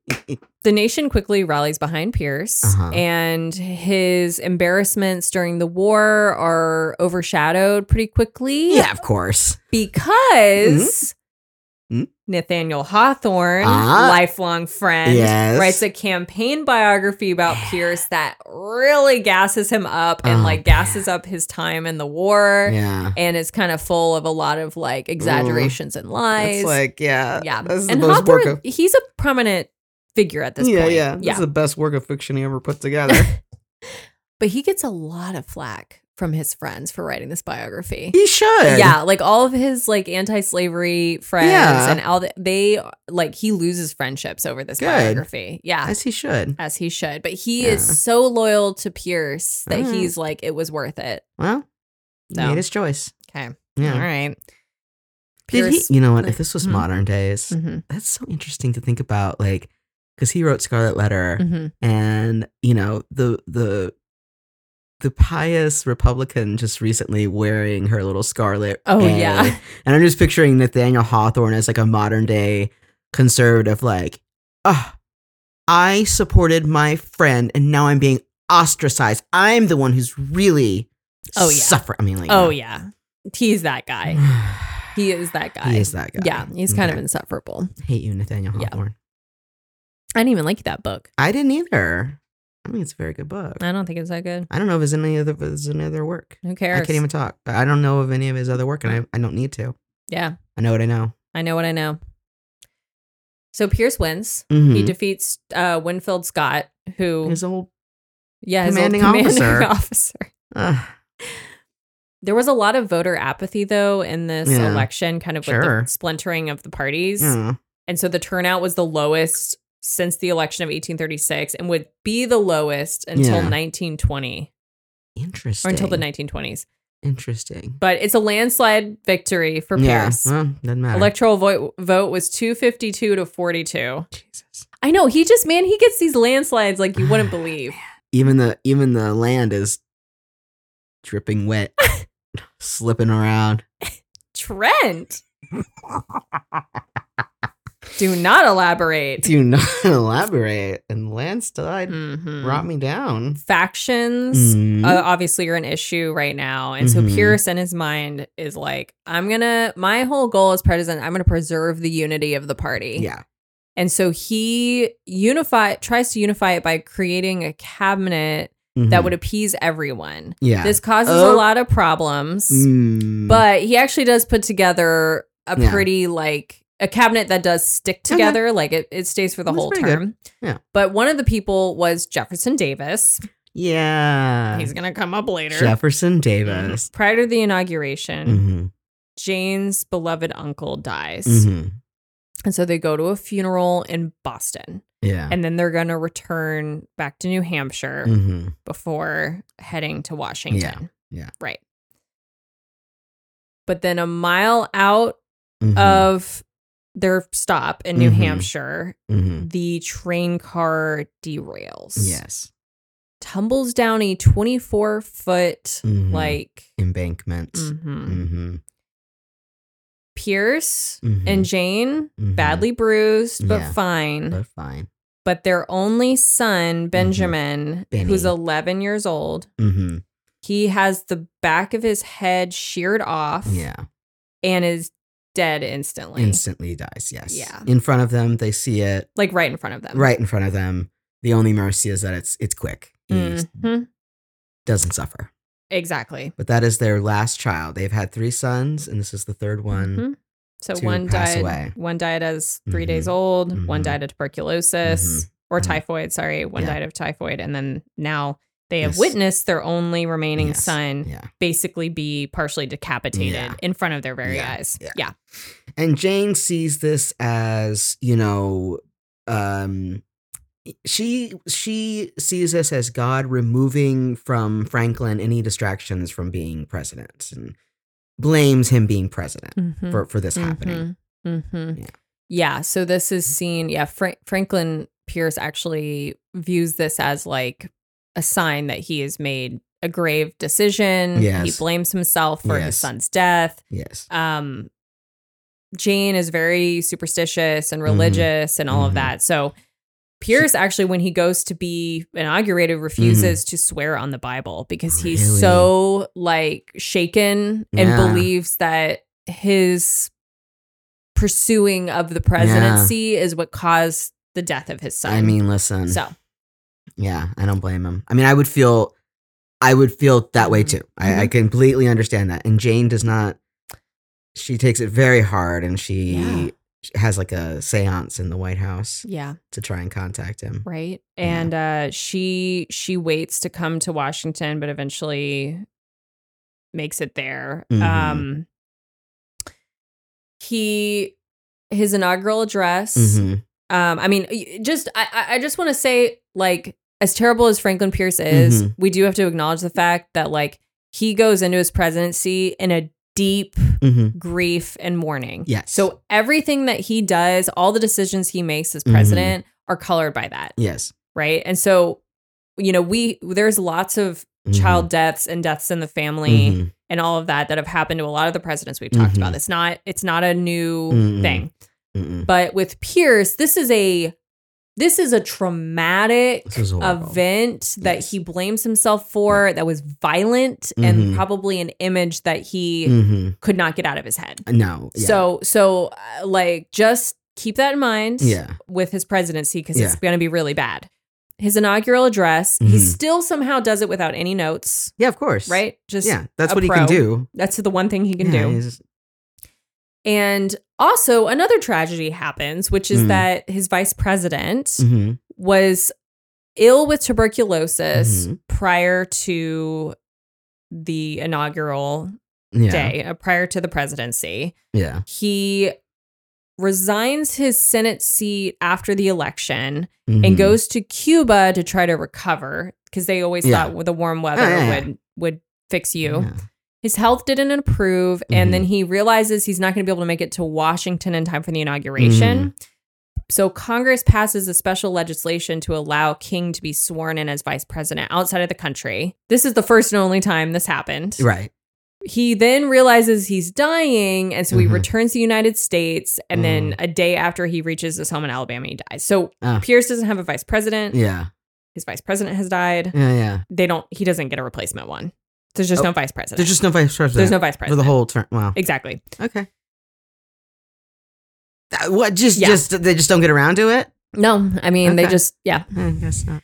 A: the nation quickly rallies behind Pierce,
B: Uh-huh.
A: and his embarrassments during the war are overshadowed pretty quickly.
B: Yeah, of course.
A: Because
B: Mhm.
A: Nathaniel Hawthorne,
B: Ah.
A: lifelong friend,
B: Yes.
A: writes a campaign biography about Pierce that really gasses him up and
B: Oh,
A: like gasses up his time in the war.
B: Yeah.
A: And is kind of full of a lot of like exaggerations and lies.
B: It's like, yeah.
A: yeah,
B: That's
A: and
B: Uh, the most work
A: Hawthorne,
B: of
A: he's a prominent figure at this
B: yeah,
A: point.
B: yeah. This is the best work of fiction he ever put together.
A: But he gets a lot of flack from his friends for writing this biography.
B: he should.
A: Yeah, like all of his like anti-slavery friends
B: Yeah.
A: and all the, they like he loses friendships over this
B: Good.
A: biography. Yeah.
B: As he should.
A: as he should, but he
B: Yeah.
A: is so loyal to Pierce that
B: Alright.
A: he's like, it was worth it.
B: Well, he
A: So.
B: made his choice.
A: Okay,
B: Yeah.
A: all right.
B: Did he,
A: Pierce,
B: you know what? If this was
A: Mhm.
B: modern days,
A: Mhm,
B: that's so interesting to think about. Like, because he wrote Scarlet Letter,
A: mhm.
B: and you know the the the pious Republican just recently wearing her little scarlet.
A: Oh
B: A.
A: yeah,
B: And I'm just picturing Nathaniel Hawthorne as like a modern day conservative, like, oh, I supported my friend and now I'm being ostracized. I'm the one who's really
A: Oh, yeah.
B: suffering. I mean, like,
A: oh yeah, he's that guy. He is that guy.
B: Mm-hmm. He is that guy.
A: Yeah, he's kind of
B: Okay.
A: insufferable.
B: Hate you, Nathaniel
A: Yeah.
B: Hawthorne.
A: I didn't even like that book.
B: I didn't either. I think it's a very good book.
A: I don't think it's that good.
B: I don't know if there's any other, if there's any other work.
A: Who
B: I
A: cares?
B: can't even talk. I don't know of any of his other work, and I, I don't need to.
A: yeah,
B: I know what I know.
A: I know what I know. So Pierce wins.
B: Mhm.
A: He defeats uh, Winfield Scott, who
B: his old.
A: yeah, his old
B: commanding officer.
A: officer.
B: Uh,
A: There was a lot of voter apathy though in this
B: Yeah.
A: election, kind of with
B: Sure. Hmm.
A: the splintering of the parties,
B: yeah.
A: and so the turnout was the lowest since the election of 1836 and would be the lowest until
B: Yeah.
A: 1920 or
B: Interesting.
A: until the 1920s.
B: Interesting.
A: But it's a landslide victory for
B: yeah.
A: Pierce.
B: Well, doesn't matter.
A: Electoral vo- vote was 252 to 42.
B: Jesus.
A: I know, he just man, he gets these landslides like you wouldn't believe.
B: Even the even the land is dripping wet, slipping around.
A: Trent, do not elaborate.
B: Do not elaborate. And landslide
A: Mhm.
B: brought me down.
A: Factions
B: Mhm.
A: uh, obviously are an issue right now. And so
B: Mhm.
A: Pierce in his mind is like, I'm going to, my whole goal as president, I'm going to preserve the unity of the party.
B: yeah.
A: And so he unify tries to unify it by creating a cabinet that
B: Mhm.
A: would appease everyone.
B: Yeah.
A: This causes
B: Oh.
A: a lot of problems,
B: Mm.
A: but he actually does put together a
B: Yeah.
A: pretty like a cabinet that does stick
B: Okay.
A: together, like it, it stays for the
B: That's
A: whole
B: pretty good.
A: term.
B: Yeah.
A: But one of the people was Jefferson Davis.
B: yeah.
A: He's Mm-hmm. gonna come up later.
B: Jefferson Uh, Davis.
A: Prior to the inauguration,
B: hmm
A: Jane's beloved uncle dies.
B: hmm
A: And so they go to a funeral in Boston.
B: Yeah.
A: and then they're going to return back to New Hampshire
B: hmm
A: before heading to Washington.
B: yeah.
A: Right. But then a mile out
B: hmm
A: of their stop in New
B: Mhm.
A: Hampshire,
B: hmm
A: the train car derails.
B: Yes.
A: Tumbles down a 24 foot,
B: Mhm.
A: like,
B: embankments.
A: mhm.
B: Mm-hmm.
A: Pierce and Jane,
B: Mhm.
A: badly bruised, but
B: Yeah.
A: fine.
B: but fine.
A: but their only son, Benjamin,
B: Benny.
A: who's 11 years old,
B: Mm-hmm.
A: He has the back of his head sheared off
B: Yeah.
A: and is dead instantly,
B: Instantly dies. Yes.
A: Yeah.
B: In front of them, they see it
A: like right in front of them.
B: right in front of them. The only mercy is that it's it's quick. He
A: Mhm.
B: doesn't suffer.
A: Exactly.
B: But that is their last child. They've had three sons, and this is the third one.
A: Mhm. So
B: to
A: one
B: pass
A: died.
B: away.
A: One died as 3
B: Mhm.
A: days old. One
B: Mhm.
A: died of tuberculosis or
B: Mhm.
A: typhoid. Sorry, one
B: Yeah.
A: died of typhoid, and then now they have
B: Yes.
A: witnessed their only remaining
B: Yes.
A: son
B: Yeah.
A: basically be partially decapitated
B: Yeah.
A: in front of their very
B: Yeah.
A: eyes.
B: Yeah.
A: yeah.
B: And Jane sees this as, you know, um she she sees this as God removing from Franklin any distractions from being president and blames him being president
A: Mhm.
B: for, for this happening.
A: Mhm.
B: Yeah. Mm-hmm.
A: Yeah. So this is seen. Yeah. Fra- Franklin Pierce actually views this as like a sign that he has made a grave decision. He
B: Yes.
A: blames himself for his
B: Yes.
A: son's death.
B: Yes.
A: Um, Jane is very superstitious
B: Mm-hmm.
A: and religious and all of
B: Mhm.
A: that. So Pierce actually, when he goes to be inaugurated, refuses to swear on the Bible because he's
B: Mm-hmm. Really?
A: so like shaken and
B: Yeah.
A: believes that his pursuing of the presidency is what caused the death of his son.
B: I mean, listen.
A: so
B: Yeah, I don't blame him. I mean, I would feel I would feel that way
A: Mhm.
B: too. I, I completely understand that. And Jane does not she takes it very hard and she
A: Yeah.
B: has like a séance in the White House
A: yeah,
B: to try and contact him.
A: right.
B: Yeah.
A: And uh, she she waits to come to Washington, but eventually makes it there.
B: Mhm.
A: Um, he his inaugural address.
B: Mhm.
A: Um, I mean, y- just I I- I just want to say like as terrible as Franklin Pierce is,
B: Mhm.
A: we do have to acknowledge the fact that like he goes into his presidency in a deep
B: Mhm.
A: grief and mourning.
B: Yes.
A: So everything that he does, all the decisions he makes as
B: Mhm.
A: president are colored by that,
B: Yes.
A: right? And so you know, we there's lots of
B: Mhm.
A: child deaths and deaths in the family
B: Mhm.
A: and all of that that have happened to a lot of the presidents we've talked
B: Mhm.
A: about. It's not it's not a new
B: Mm-mm.
A: thing.
B: Mm-mm.
A: But with Pierce, this is a this is a traumatic
B: This is horrible.
A: event that
B: Yes.
A: he blames himself for that was violent and
B: Mhm.
A: probably an image that he
B: Mhm.
A: could not get out of his head.
B: No. yeah.
A: So so uh, like just keep that in mind
B: yeah.
A: with his presidency because it's
B: Yeah.
A: going to be really bad. His inaugural address, he
B: Mhm.
A: still somehow does it without any notes,
B: Yeah, of course.
A: right? Just
B: Yeah, that's
A: a
B: what he
A: pro.
B: can do.
A: that's the one thing he can
B: Yeah,
A: do.
B: he's-
A: And also, another tragedy happens, which is
B: Mm.
A: that his vice president
B: mhm.
A: was ill with tuberculosis
B: Mhm.
A: prior to the inaugural
B: Yeah.
A: day, uh, prior to the presidency.
B: Yeah.
A: He resigns his Senate seat after the election
B: Mhm.
A: and goes to Cuba to try to recover because they always
B: Yeah.
A: thought the warm weather
B: Oh, yeah, yeah.
A: would would fix you.
B: Yeah.
A: His health didn't improve,
B: Mhm.
A: and then he realizes he's not going to be able to make it to Washington in time for the inauguration.
B: Mm.
A: So Congress passes a special legislation to allow King to be sworn in as vice president outside of the country. This is the first and only time this happened.
B: Right.
A: He then realizes he's dying, and so he
B: Mhm.
A: returns to the United States. And then a day after he reaches his home in Alabama, he dies. So
B: Mm. Ah.
A: Pierce doesn't have a vice president.
B: Yeah.
A: His vice president has died.
B: Yeah. Yeah.
A: They don't. He doesn't get a replacement one. There's just
B: Mm. Oh,
A: no vice president.
B: There's just no vice president.
A: There's no vice
B: for
A: president
B: the whole term. Wow.
A: Exactly.
B: Okay. That- What? Just,
A: Yeah.
B: just they just don't get around to it.
A: No, I mean they
B: Okay. Mm-hmm.
A: just yeah.
B: I guess not.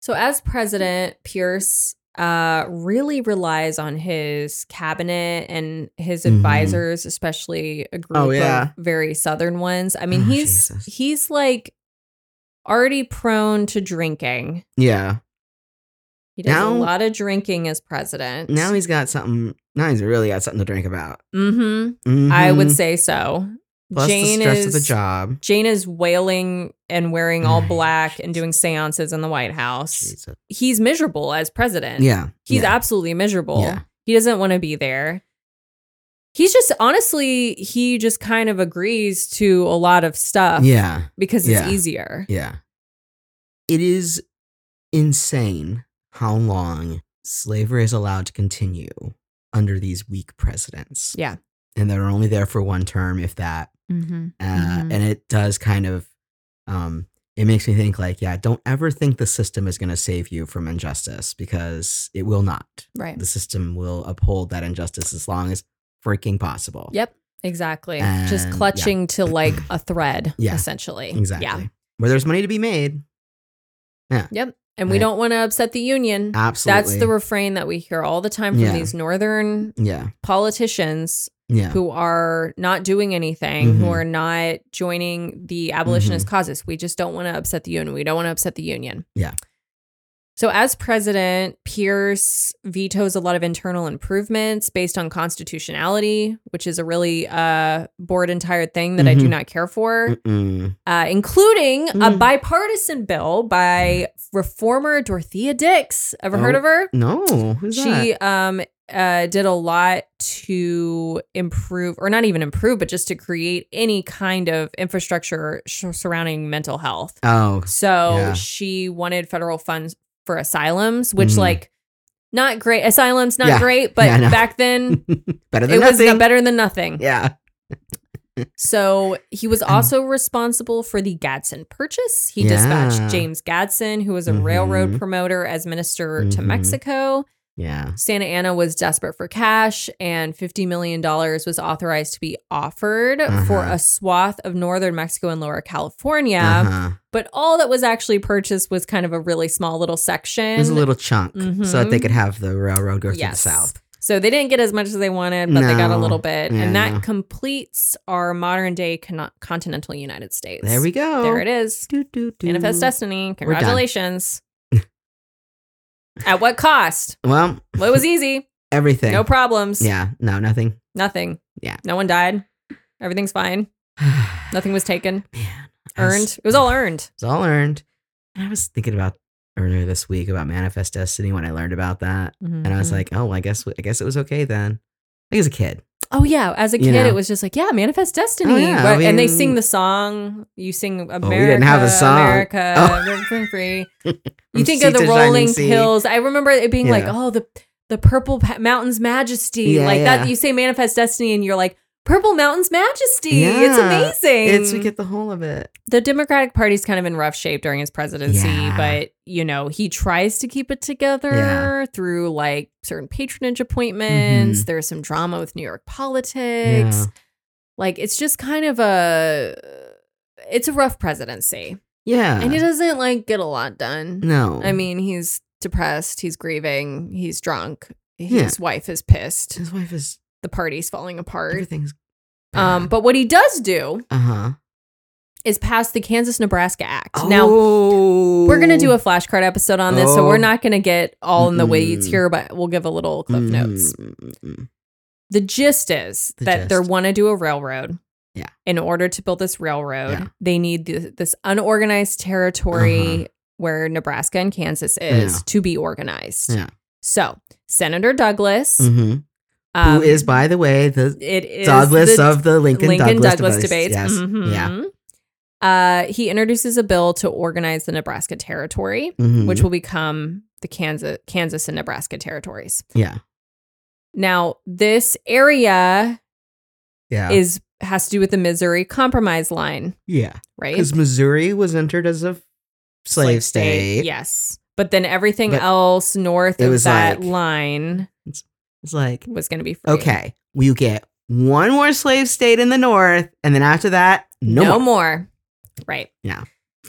A: So as president, Pierce uh really relies on his cabinet and his
B: Mhm.
A: advisors, especially a group
B: Oh, yeah.
A: of very southern ones. I mean,
B: Oh,
A: he's
B: Jesus.
A: he's like already prone to drinking.
B: Yeah.
A: He does
B: Now-
A: a lot of drinking as president.
B: Now he's got something. Now he's really got something to drink about.
A: mm-hmm. I would
B: Mhm.
A: say so.
B: Plus
A: Jane
B: the stress
A: is
B: of the job.
A: Jane is wailing and wearing all
B: Ay,
A: black and doing seances in the White House.
B: Jesus.
A: He's miserable as president.
B: Yeah.
A: He's
B: yeah.
A: absolutely miserable.
B: Yeah.
A: He doesn't want to be there. He's just honestly, he just kind of agrees to a lot of stuff
B: Yeah.
A: because it's
B: Yeah.
A: easier.
B: Yeah. It is insane how long slavery is allowed to continue under these weak presidents.
A: Yeah.
B: And they're only there for one term, if that.
A: Mm-hmm.
B: Uh,
A: Mhm.
B: And it does kind of, um, it makes me think like, yeah, don't ever think the system is going to save you from injustice because it will not.
A: Right.
B: The system will uphold that injustice as long as freaking possible.
A: Yep. Exactly.
B: And,
A: just
B: yeah.
A: clutching to like a thread,
B: Yeah.
A: essentially.
B: Exactly.
A: Yeah.
B: Where there's money to be made.
A: Yep. And we
B: Right.
A: don't want to upset the union.
B: Absolutely.
A: That's the refrain that we hear all the time from
B: Yeah.
A: these northern
B: yeah.
A: politicians
B: Yeah.
A: who are not doing anything, who
B: Mhm.
A: are not joining the abolitionist causes. We just don't want to upset the union. We don't want to upset the union.
B: Mm-hmm. Yeah.
A: So, as president, Pierce vetoes a lot of internal improvements based on constitutionality, which is a really uh, board and tired thing that I do
B: Mhm.
A: not care for,
B: Mm-mm.
A: uh, including a
B: Mm.
A: bipartisan bill by reformer Dorothea Dix. Ever heard
B: Oh.
A: of her?
B: No. Who's that?
A: she um uh did a lot to improve or not even improve but just to create any kind of infrastructure sh- surrounding mental health
B: Oh,
A: so
B: Yeah.
A: she wanted federal funds for asylums which
B: Mhm.
A: like not great asylums not
B: Yeah.
A: great but
B: Yeah, I know.
A: back then
B: better than
A: it was
B: nothing.
A: no- better than nothing
B: yeah.
A: so he was
B: Um,
A: also responsible for the Gadsden purchase. He
B: Yeah.
A: dispatched James Gadsden, who was a
B: Mhm.
A: railroad promoter, as minister to
B: Mhm.
A: Mexico.
B: Yeah.
A: Santa Ana was desperate for cash, and $50 million was authorized to be offered for
B: Uh-huh.
A: a swath of northern Mexico and lower California.
B: Uh-huh.
A: But all that was actually purchased was kind of a really small little section.
B: It was a little chunk so that they
A: Mhm.
B: could have the railroad go through
A: Yes.
B: the south.
A: so they didn't get as much as they wanted, but they got a
B: No.
A: little bit.
B: Yeah,
A: and that
B: no.
A: completes our modern day con- continental United States.
B: There we go.
A: There it is.
B: Do, do, do.
A: Manifest Destiny.
B: done.
A: Congratulations. At what cost?
B: Well,
A: Well, it was easy.
B: everything.
A: No problems.
B: Yeah. No, nothing.
A: Nothing.
B: Yeah.
A: No one died. Everything's fine. Nothing was taken.
B: Man. I was-
A: Earned. It was all earned.
B: It's all earned. And I was thinking about earlier this week about Manifest Destiny when I learned about that. And I was
A: Mm-hmm.
B: like, oh, I guess I guess it was okay then. I was a kid.
A: oh yeah. As a kid,
B: you know.
A: it was just like, yeah, manifest destiny.
B: Oh, yeah,
A: But-
B: I
A: and they
B: mean- Oh,
A: sing the song. You sing America.
B: didn't have the song.
A: America.
B: Oh.
A: they're free, free.
B: From
A: You think
B: sea
A: of the
B: to shining
A: rolling
B: sea.
A: hills. I remember it being like,
B: Yeah.
A: oh, the the purple pa- mountains majesty.
B: Yeah,
A: like
B: yeah.
A: that. You say manifest destiny, and you're like. Purple Mountains Majesty. It's
B: Yeah.
A: amazing.
B: It's we get the whole of it.
A: the Democratic Party's kind of in rough shape during his presidency,
B: Yeah.
A: but you know, he tries to keep it together
B: Yeah. Mm-hmm.
A: through like certain patronage appointments. There's some drama with New York politics.
B: Yeah.
A: Like it's just kind of a it's a rough presidency.
B: Yeah.
A: and he doesn't like get a lot done.
B: no.
A: I mean, he's depressed, he's grieving, he's drunk. His
B: Yeah.
A: wife is pissed.
B: his wife is
A: The party's falling apart.
B: everything's
A: Um, but what he does do
B: uh huh.
A: is pass the Kansas Nebraska Act. Now,
B: Now
A: We're gonna do a flashcard episode on this, so
B: Oh.
A: we're not gonna get all in the weeds
B: Mm-mm. Mm-hmm.
A: here, but we'll give a little cliff notes. The gist is
B: The
A: that they
B: gist.
A: want to do a railroad.
B: Yeah.
A: In order to build this railroad,
B: Yeah.
A: they need th- this unorganized territory where Nebraska and Kansas is
B: Uh-huh. Yeah.
A: to be organized.
B: Yeah.
A: So Senator Douglas,
B: Mhm.
A: um,
B: Who is, by the way, the
A: it is
B: Douglas
A: the
B: of the Lincoln, Douglas, debates.
A: debates.
B: Yes.
A: Mhm.
B: Yeah.
A: Uh, he introduces a bill to organize the Nebraska territory,
B: Mhm.
A: which will become the Kansas, Kansas and Nebraska territories.
B: Yeah.
A: Now, this area
B: Yeah.
A: is has to do with the Missouri Compromise Line,
B: yeah.
A: right?
B: Because Missouri was entered as a slave, state.
A: Yes. But then everything
B: But
A: else north
B: it
A: of
B: was
A: that
B: like-
A: line
B: It's like,
A: was going to be free.
B: okay, you get one more slave state in the north, and then after that, no,
A: No, more.
B: more.
A: Right.
B: Yeah.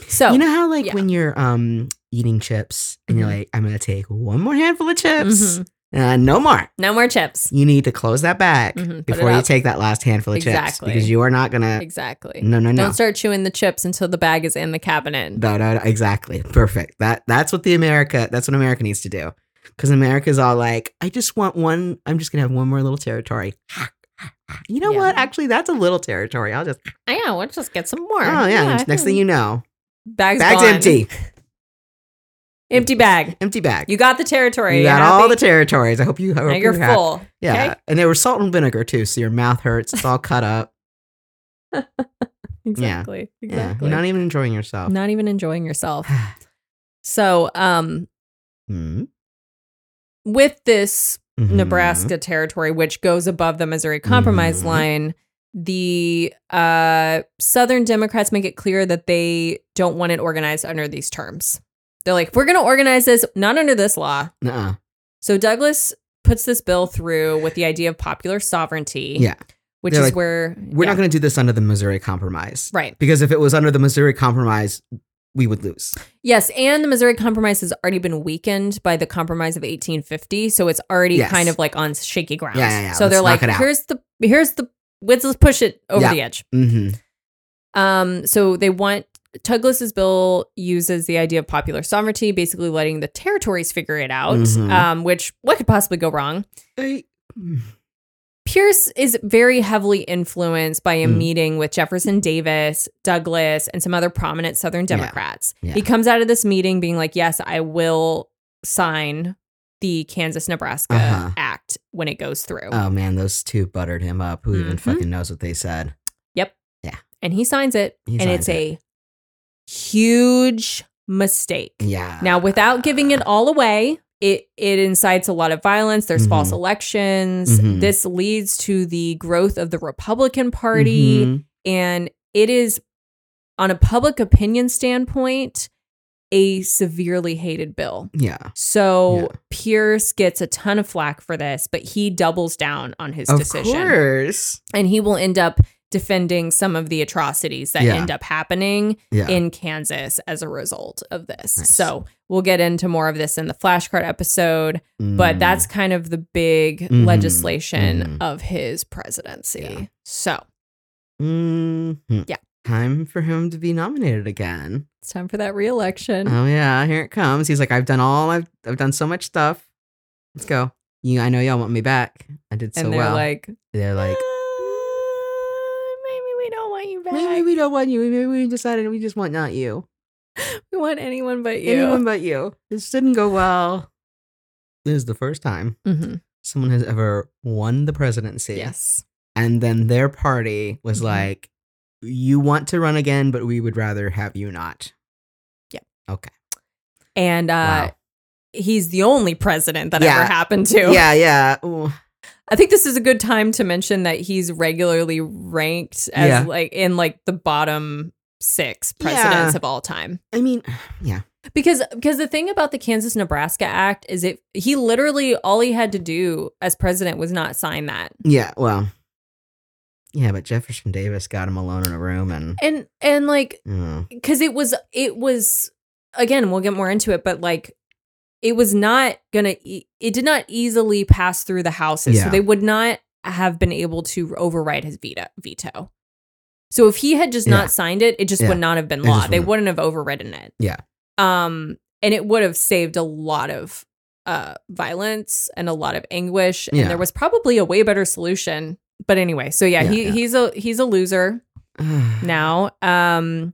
A: So,
B: You know how like
A: yeah.
B: when you're um eating chips and you're
A: Mhm.
B: like, I'm gonna take one more handful of chips
A: mhm.
B: and no more.
A: no more chips.
B: You need to close that bag
A: Mhm, put
B: before
A: it
B: you
A: up.
B: take that last handful of chips
A: Exactly.
B: because you are not gonna.
A: Exactly.
B: No, no, no.
A: Don't start chewing the chips until the bag is in the cabinet.
B: No, no, no, exactly. Perfect. That that's what the America that's what America needs to do. Because America's all like, I just want one. I'm just gonna have one more little territory. You know
A: Yeah.
B: what? Actually, that's a little territory. I'll just.
A: I know. Let's Ah, just get some more.
B: Oh yeah.
A: I
B: next thing
A: think-
B: you know,
A: bag's,
B: bag's
A: gone.
B: empty.
A: Empty bag.
B: Empty bag.
A: You got the territory.
B: You got
A: You're
B: all the
A: happy?
B: territories. I hope you. I hope
A: Now you're
B: happy.
A: full.
B: Yeah,
A: Okay?
B: and there was salt and vinegar too, so your mouth hurts. It's all cut up.
A: Exactly. Exactly.
B: Yeah, you're not even enjoying yourself.
A: not even enjoying yourself. So, um,
B: Mm.
A: with this
B: Mhm.
A: Nebraska territory, which goes above the Missouri Compromise
B: Mhm.
A: line, the uh, Southern Democrats make it clear that they don't want it organized under these terms. They're like, we're going to organize this not under this law.
B: Nuh-uh.
A: So Douglas puts this bill through with the idea of popular sovereignty.
B: Yeah.
A: Which
B: They're
A: is
B: like,
A: where
B: We're
A: yeah,
B: not going to do this under the Missouri Compromise.
A: right.
B: Because if it was under the Missouri Compromise, we would lose.
A: Yes, and the Missouri Compromise has already been weakened by the Compromise of 1850, so it's already
B: Yes.
A: kind of like on shaky ground.
B: Yeah, yeah, yeah.
A: So they're
B: Let's
A: like,
B: knock it out.
A: here's the here's the let's, let's push it over
B: Yeah.
A: the edge.
B: Mm-hmm.
A: Um, so they want Douglas's bill uses the idea of popular sovereignty, basically letting the territories figure it out.
B: Mhm.
A: Um, which what could possibly go wrong?
B: Mm-hmm.
A: Pierce is very heavily influenced by a
B: Mm.
A: meeting with Jefferson Davis, Douglas, and some other prominent Southern
B: Yeah.
A: Democrats.
B: Yeah.
A: He comes out of this meeting being like, Yes, I will sign the Kansas Nebraska
B: Uh-huh.
A: Act when it goes through.
B: Oh man, those two buttered him up. Who even
A: Mhm.
B: fucking knows what they said?
A: And he signs it,
B: He
A: and
B: signs
A: it's a huge mistake.
B: Yeah.
A: Now, without giving it all away, it it incites a lot of violence. There's false
B: Mhm.
A: elections.
B: Mhm.
A: This leads to the growth of the Republican Party.
B: Mhm.
A: And it is, on a public opinion standpoint, a severely hated bill.
B: Yeah.
A: So
B: Yeah.
A: Pierce gets a ton of flack for this, but he doubles down on his
B: Of
A: decision.
B: course.
A: And he will end up defending some of the atrocities that
B: Yeah.
A: end up happening
B: Yeah.
A: in Kansas as a result of this.
B: Nice.
A: So we'll get into more of this in the flashcard episode, but
B: Mm.
A: that's kind of the big
B: Mhm.
A: legislation
B: Mhm.
A: of his presidency.
B: Yeah.
A: So
B: Mhm.
A: Yeah.
B: Time for him to be nominated again.
A: it's time for that reelection.
B: Oh yeah, here it comes. He's like, I've done all. I've I've done so much stuff. Let's go. You, I know y'all want me back. I did so
A: and they're
B: well.
A: like,
B: they're like,
A: "Uh, maybe we don't want you back.
B: maybe we don't want you. Maybe we decided we just want not you.
A: we want anyone but you.
B: Anyone but you. This didn't go well. This is the first time
A: Mhm.
B: someone has ever won the presidency.
A: Yes.
B: And then their party was
A: Mhm.
B: like, you want to run again, but we would rather have you not.
A: And uh, he's the only president that
B: Yeah.
A: ever happened to.
B: Yeah, yeah. Ooh.
A: I think this is a good time to mention that he's regularly ranked as
B: Yeah.
A: like in like the bottom six presidents
B: Yeah.
A: of all time.
B: I mean, yeah.
A: Because because the thing about the Kansas Nebraska Act is it he literally all he had to do as president was not sign that.
B: Yeah, well. Yeah, but Jefferson Davis got him alone in a room and.
A: And and like
B: Mm,
A: because it was it was again we'll get more into it but like it was not gonna e- it did not easily pass through the houses so
B: Yeah.
A: they would not have been able to override his veto veto so if he had just
B: Yeah.
A: not signed it it just
B: Yeah.
A: would not have been
B: It just
A: law they
B: wouldn't.
A: wouldn't have overridden it
B: Yeah.
A: um and it would have saved a lot of uh violence and a lot of anguish
B: Yeah.
A: and there was probably a way better solution But anyway, so yeah,
B: Yeah,
A: he
B: yeah.
A: he's a he's a loser now. Um,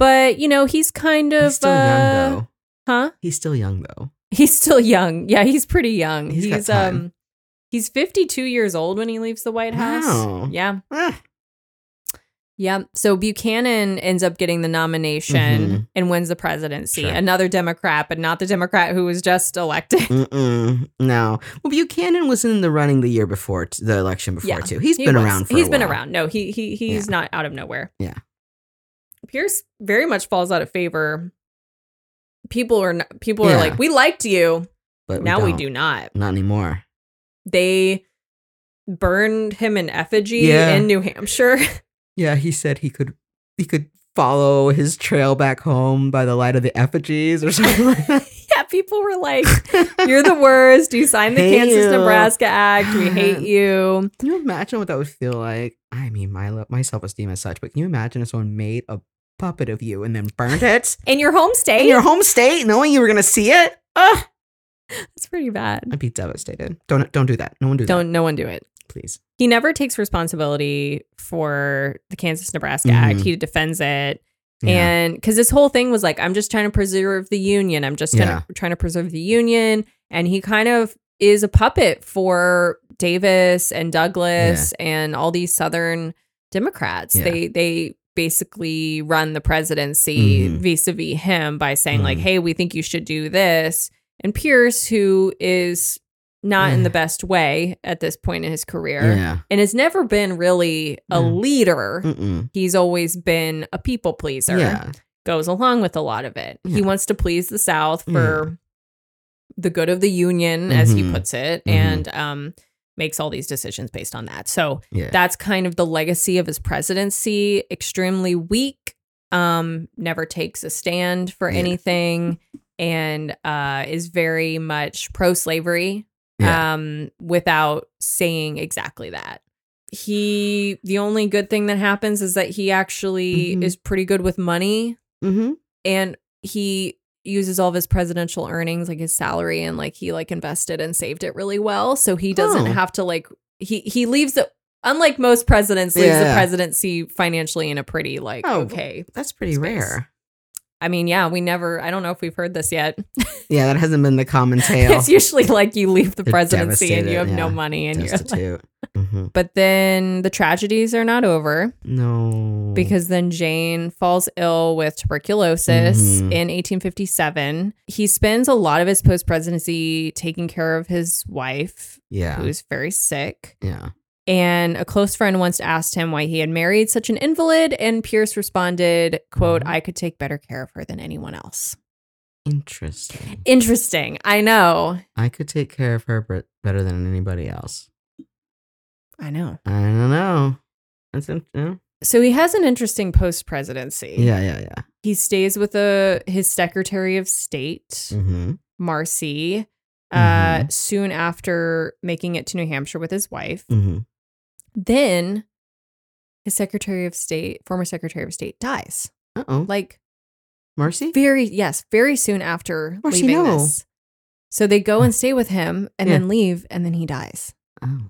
A: but you know he's kind of
B: He's still
A: uh,
B: young though.
A: huh?
B: He's still young though.
A: He's still young. Yeah, he's pretty young.
B: He's
A: He's,
B: got time.
A: um he's 52 years old when he leaves the White House.
B: Wow.
A: Yeah.
B: Ah.
A: Yeah. So Buchanan ends up getting the nomination
B: Mhm.
A: and wins the presidency.
B: Sure.
A: Another Democrat, but not the Democrat who was just elected.
B: Mm-mm. No. Well, Buchanan was in the running the year before t- the election before
A: Yeah,
B: too. He's
A: He
B: been
A: was.
B: around. for
A: He's
B: a
A: been
B: while.
A: around. No, he he he's not out of nowhere.
B: Yeah.
A: Pierce very much falls out of favor. People are not, people are
B: Yeah.
A: like, "We liked you."
B: but
A: now we
B: don't.
A: do not.
B: Not anymore.
A: they burned him in effigy
B: Yeah.
A: in New Hampshire.
B: Yeah, he said he could he could follow his trail back home by the light of the effigies or something like that.
A: yeah, people were like, "You're the worst. You signed the
B: Hate
A: Kansas
B: you."
A: Nebraska Act. We hate you."
B: Can you imagine what that would feel like? I mean, my lo- my self esteem is such, but can you imagine if someone made a puppet of you and then burned it
A: In your home state,
B: in your home state, knowing you were gonna see it? Ugh,
A: it's pretty bad.
B: I'd be devastated. Don't don't do that. No one do
A: Don't no one do it.
B: that, please.
A: He never takes responsibility for the Kansas Nebraska Act.
B: Mhm.
A: He defends it.
B: Yeah.
A: And because this whole thing was like, I'm just trying to preserve the union. I'm just trying, to, trying to preserve the union. And he kind of is a puppet for Davis and Douglas and all these Southern Democrats.
B: Yeah.
A: They they basically run the presidency
B: Mhm.
A: vis-a-vis him by saying like,
B: Mhm.
A: hey, we think you should do this. And Pierce, who is not in
B: Yeah.
A: the best way at this point in his career
B: yeah.
A: and has never been really a
B: Mm.
A: leader.
B: Mm-mm.
A: He's always been a people pleaser
B: Yeah.
A: goes along with a lot of it. He
B: Yeah. Mm-hmm.
A: wants to please the South for the good of the Union, as he
B: Mhm.
A: puts it,
B: Mhm.
A: and um, makes all these decisions based on that. So
B: Yeah.
A: that's kind of the legacy of his presidency. Extremely weak, um, never takes a stand for
B: Yeah.
A: anything, and uh, is very much pro slavery
B: Yeah.
A: um, without saying exactly that. He, the only good thing that happens is that he actually
B: Mhm.
A: is pretty good with money
B: mm-hmm.
A: and he uses all of his presidential earnings like his salary and like he like invested and saved it really well so he doesn't
B: Oh.
A: have to like he he leaves it unlike most presidents leaves the
B: Yeah.
A: presidency financially in a pretty like
B: Oh.
A: okay
B: That's pretty
A: Space.
B: rare.
A: i mean yeah we never i don't know if we've heard this yet
B: Yeah, that hasn't been the common tale.
A: it's usually like you leave the
B: They're
A: presidency and you have
B: devastated,
A: no
B: yeah.
A: money and you're like,
B: Destitute. hmm
A: but then the tragedies are not over
B: No.
A: because then Jane falls ill with tuberculosis
B: Mhm.
A: in 1857. He spends a lot of his post presidency taking care of his wife,
B: yeah.
A: who's very sick.
B: Yeah.
A: And a close friend once asked him why he had married such an invalid, and Pierce responded, "Quote:
B: Mhm.
A: I could take better care of her than anyone else."
B: Interesting.
A: Interesting. I know.
B: I could take care of her bet- better than anybody else.
A: I know.
B: I don't know. That's in- yeah.
A: So he has an interesting post presidency.
B: yeah, yeah, yeah.
A: He stays with a his Secretary of State.
B: Mm-hmm.
A: Marcy uh,
B: Mhm.
A: soon after making it to New Hampshire with his wife.
B: Mm-hmm.
A: Then his Secretary of State, former Secretary of State, dies.
B: Uh oh,
A: Like
B: Marcy.
A: very, yes, very soon after
B: Marcy,
A: leaving
B: no.
A: this. So they go and stay with him and
B: Mm. Yeah.
A: then leave and then he dies.
B: Oh.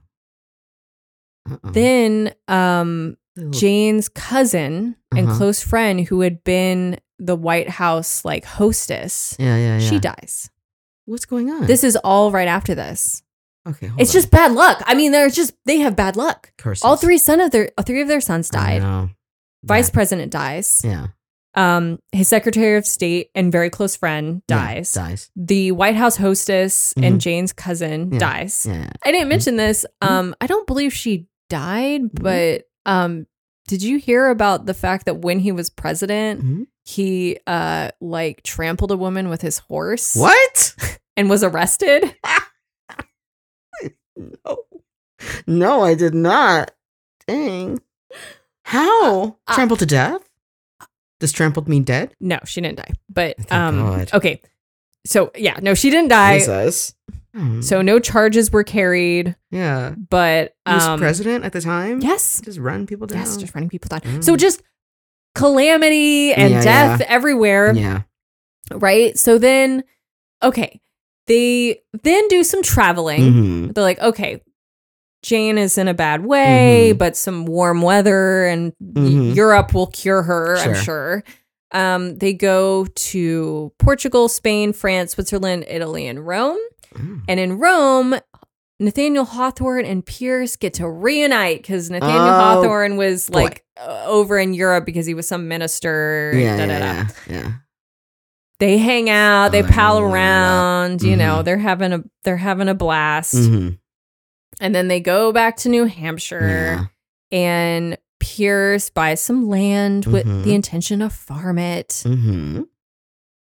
B: Uh-oh.
A: Then um,
B: Little-
A: Jane's cousin and
B: Uh-huh.
A: close friend who had been the White House like hostess,
B: Yeah, yeah, yeah. Hmm.
A: she dies.
B: What's going on?
A: This is all right after this.
B: Okay. hold
A: It's
B: on.
A: just bad luck. I mean, they're just they have bad luck.
B: curses.
A: All three son of their all three of their sons
B: I
A: died.
B: know.
A: Vice
B: That-
A: president dies.
B: Yeah.
A: Um, his secretary of state and very close friend
B: yeah,
A: dies.
B: dies.
A: The White House hostess
B: Mhm.
A: and Jane's cousin
B: Yeah.
A: dies.
B: Yeah.
A: I didn't mention this.
B: Mhm.
A: Um, I don't believe she died,
B: Mhm.
A: but um, did you hear about the fact that when he was president,
B: Mhm.
A: he uh like trampled a woman with his horse
B: What?
A: and was arrested?
B: No. No, I did not. Dang. How?
A: Uh, uh,
B: trampled to death? Does trampled mean dead?
A: No, she didn't die. But
B: Oh, Thank
A: um,
B: God.
A: okay. So yeah, no, she didn't die.
B: Jesus. Hmm.
A: So no charges were carried,
B: yeah.
A: but
B: He was
A: um,
B: president at the time?
A: yes,
B: Just run people down.
A: yes, just running people down.
B: Mm.
A: So just calamity and
B: Yeah,
A: death everywhere,
B: yeah.
A: right? So then, okay, they then do some traveling.
B: Mhm.
A: They're like, okay, Jane is in a bad way,
B: Mhm.
A: but some warm weather and y-
B: Mhm.
A: Europe will cure her, I'm
B: Sure.
A: sure. Um, they go to Portugal, Spain, France, Switzerland, Italy, and Rome.
B: Mm.
A: And in Rome, Nathaniel Hawthorne and Pierce get to reunite because Nathaniel
B: Oh,
A: Hawthorne was
B: boy.
A: like uh, over in Europe because he was some minister.
B: Yeah,
A: da,
B: yeah,
A: da, da.
B: yeah, yeah.
A: They hang out, they
B: Oh,
A: pal
B: yeah.
A: around, you know,
B: Mhm.
A: they're having a they're having a blast.
B: Mhm.
A: And then they go back to New Hampshire
B: Yeah.
A: and Pierce buys some land with
B: Mhm.
A: the intention of farm it.
B: Mhm.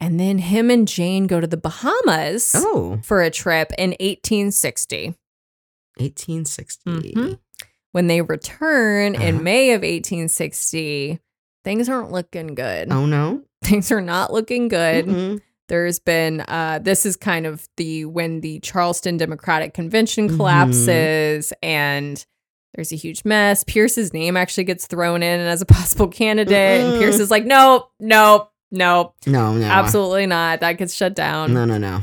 A: And then him and Jane go to the Bahamas
B: Oh,
A: for a trip in 1860.
B: 1860.
A: Mhm. When they return
B: Uh-huh.
A: in May of 1860, things aren't looking good.
B: Oh no. Mm-hmm.
A: Things are not looking good.
B: Mm-mm.
A: There's been uh, this is kind of the when the Charleston Democratic Convention
B: Mhm.
A: collapses and there's a huge mess. Pierce's name actually gets thrown in as a possible candidate, and
B: Mm-mm.
A: Pierce is like, nope, nope, nope,
B: No, no.
A: absolutely not. That gets shut down.
B: No, no, no.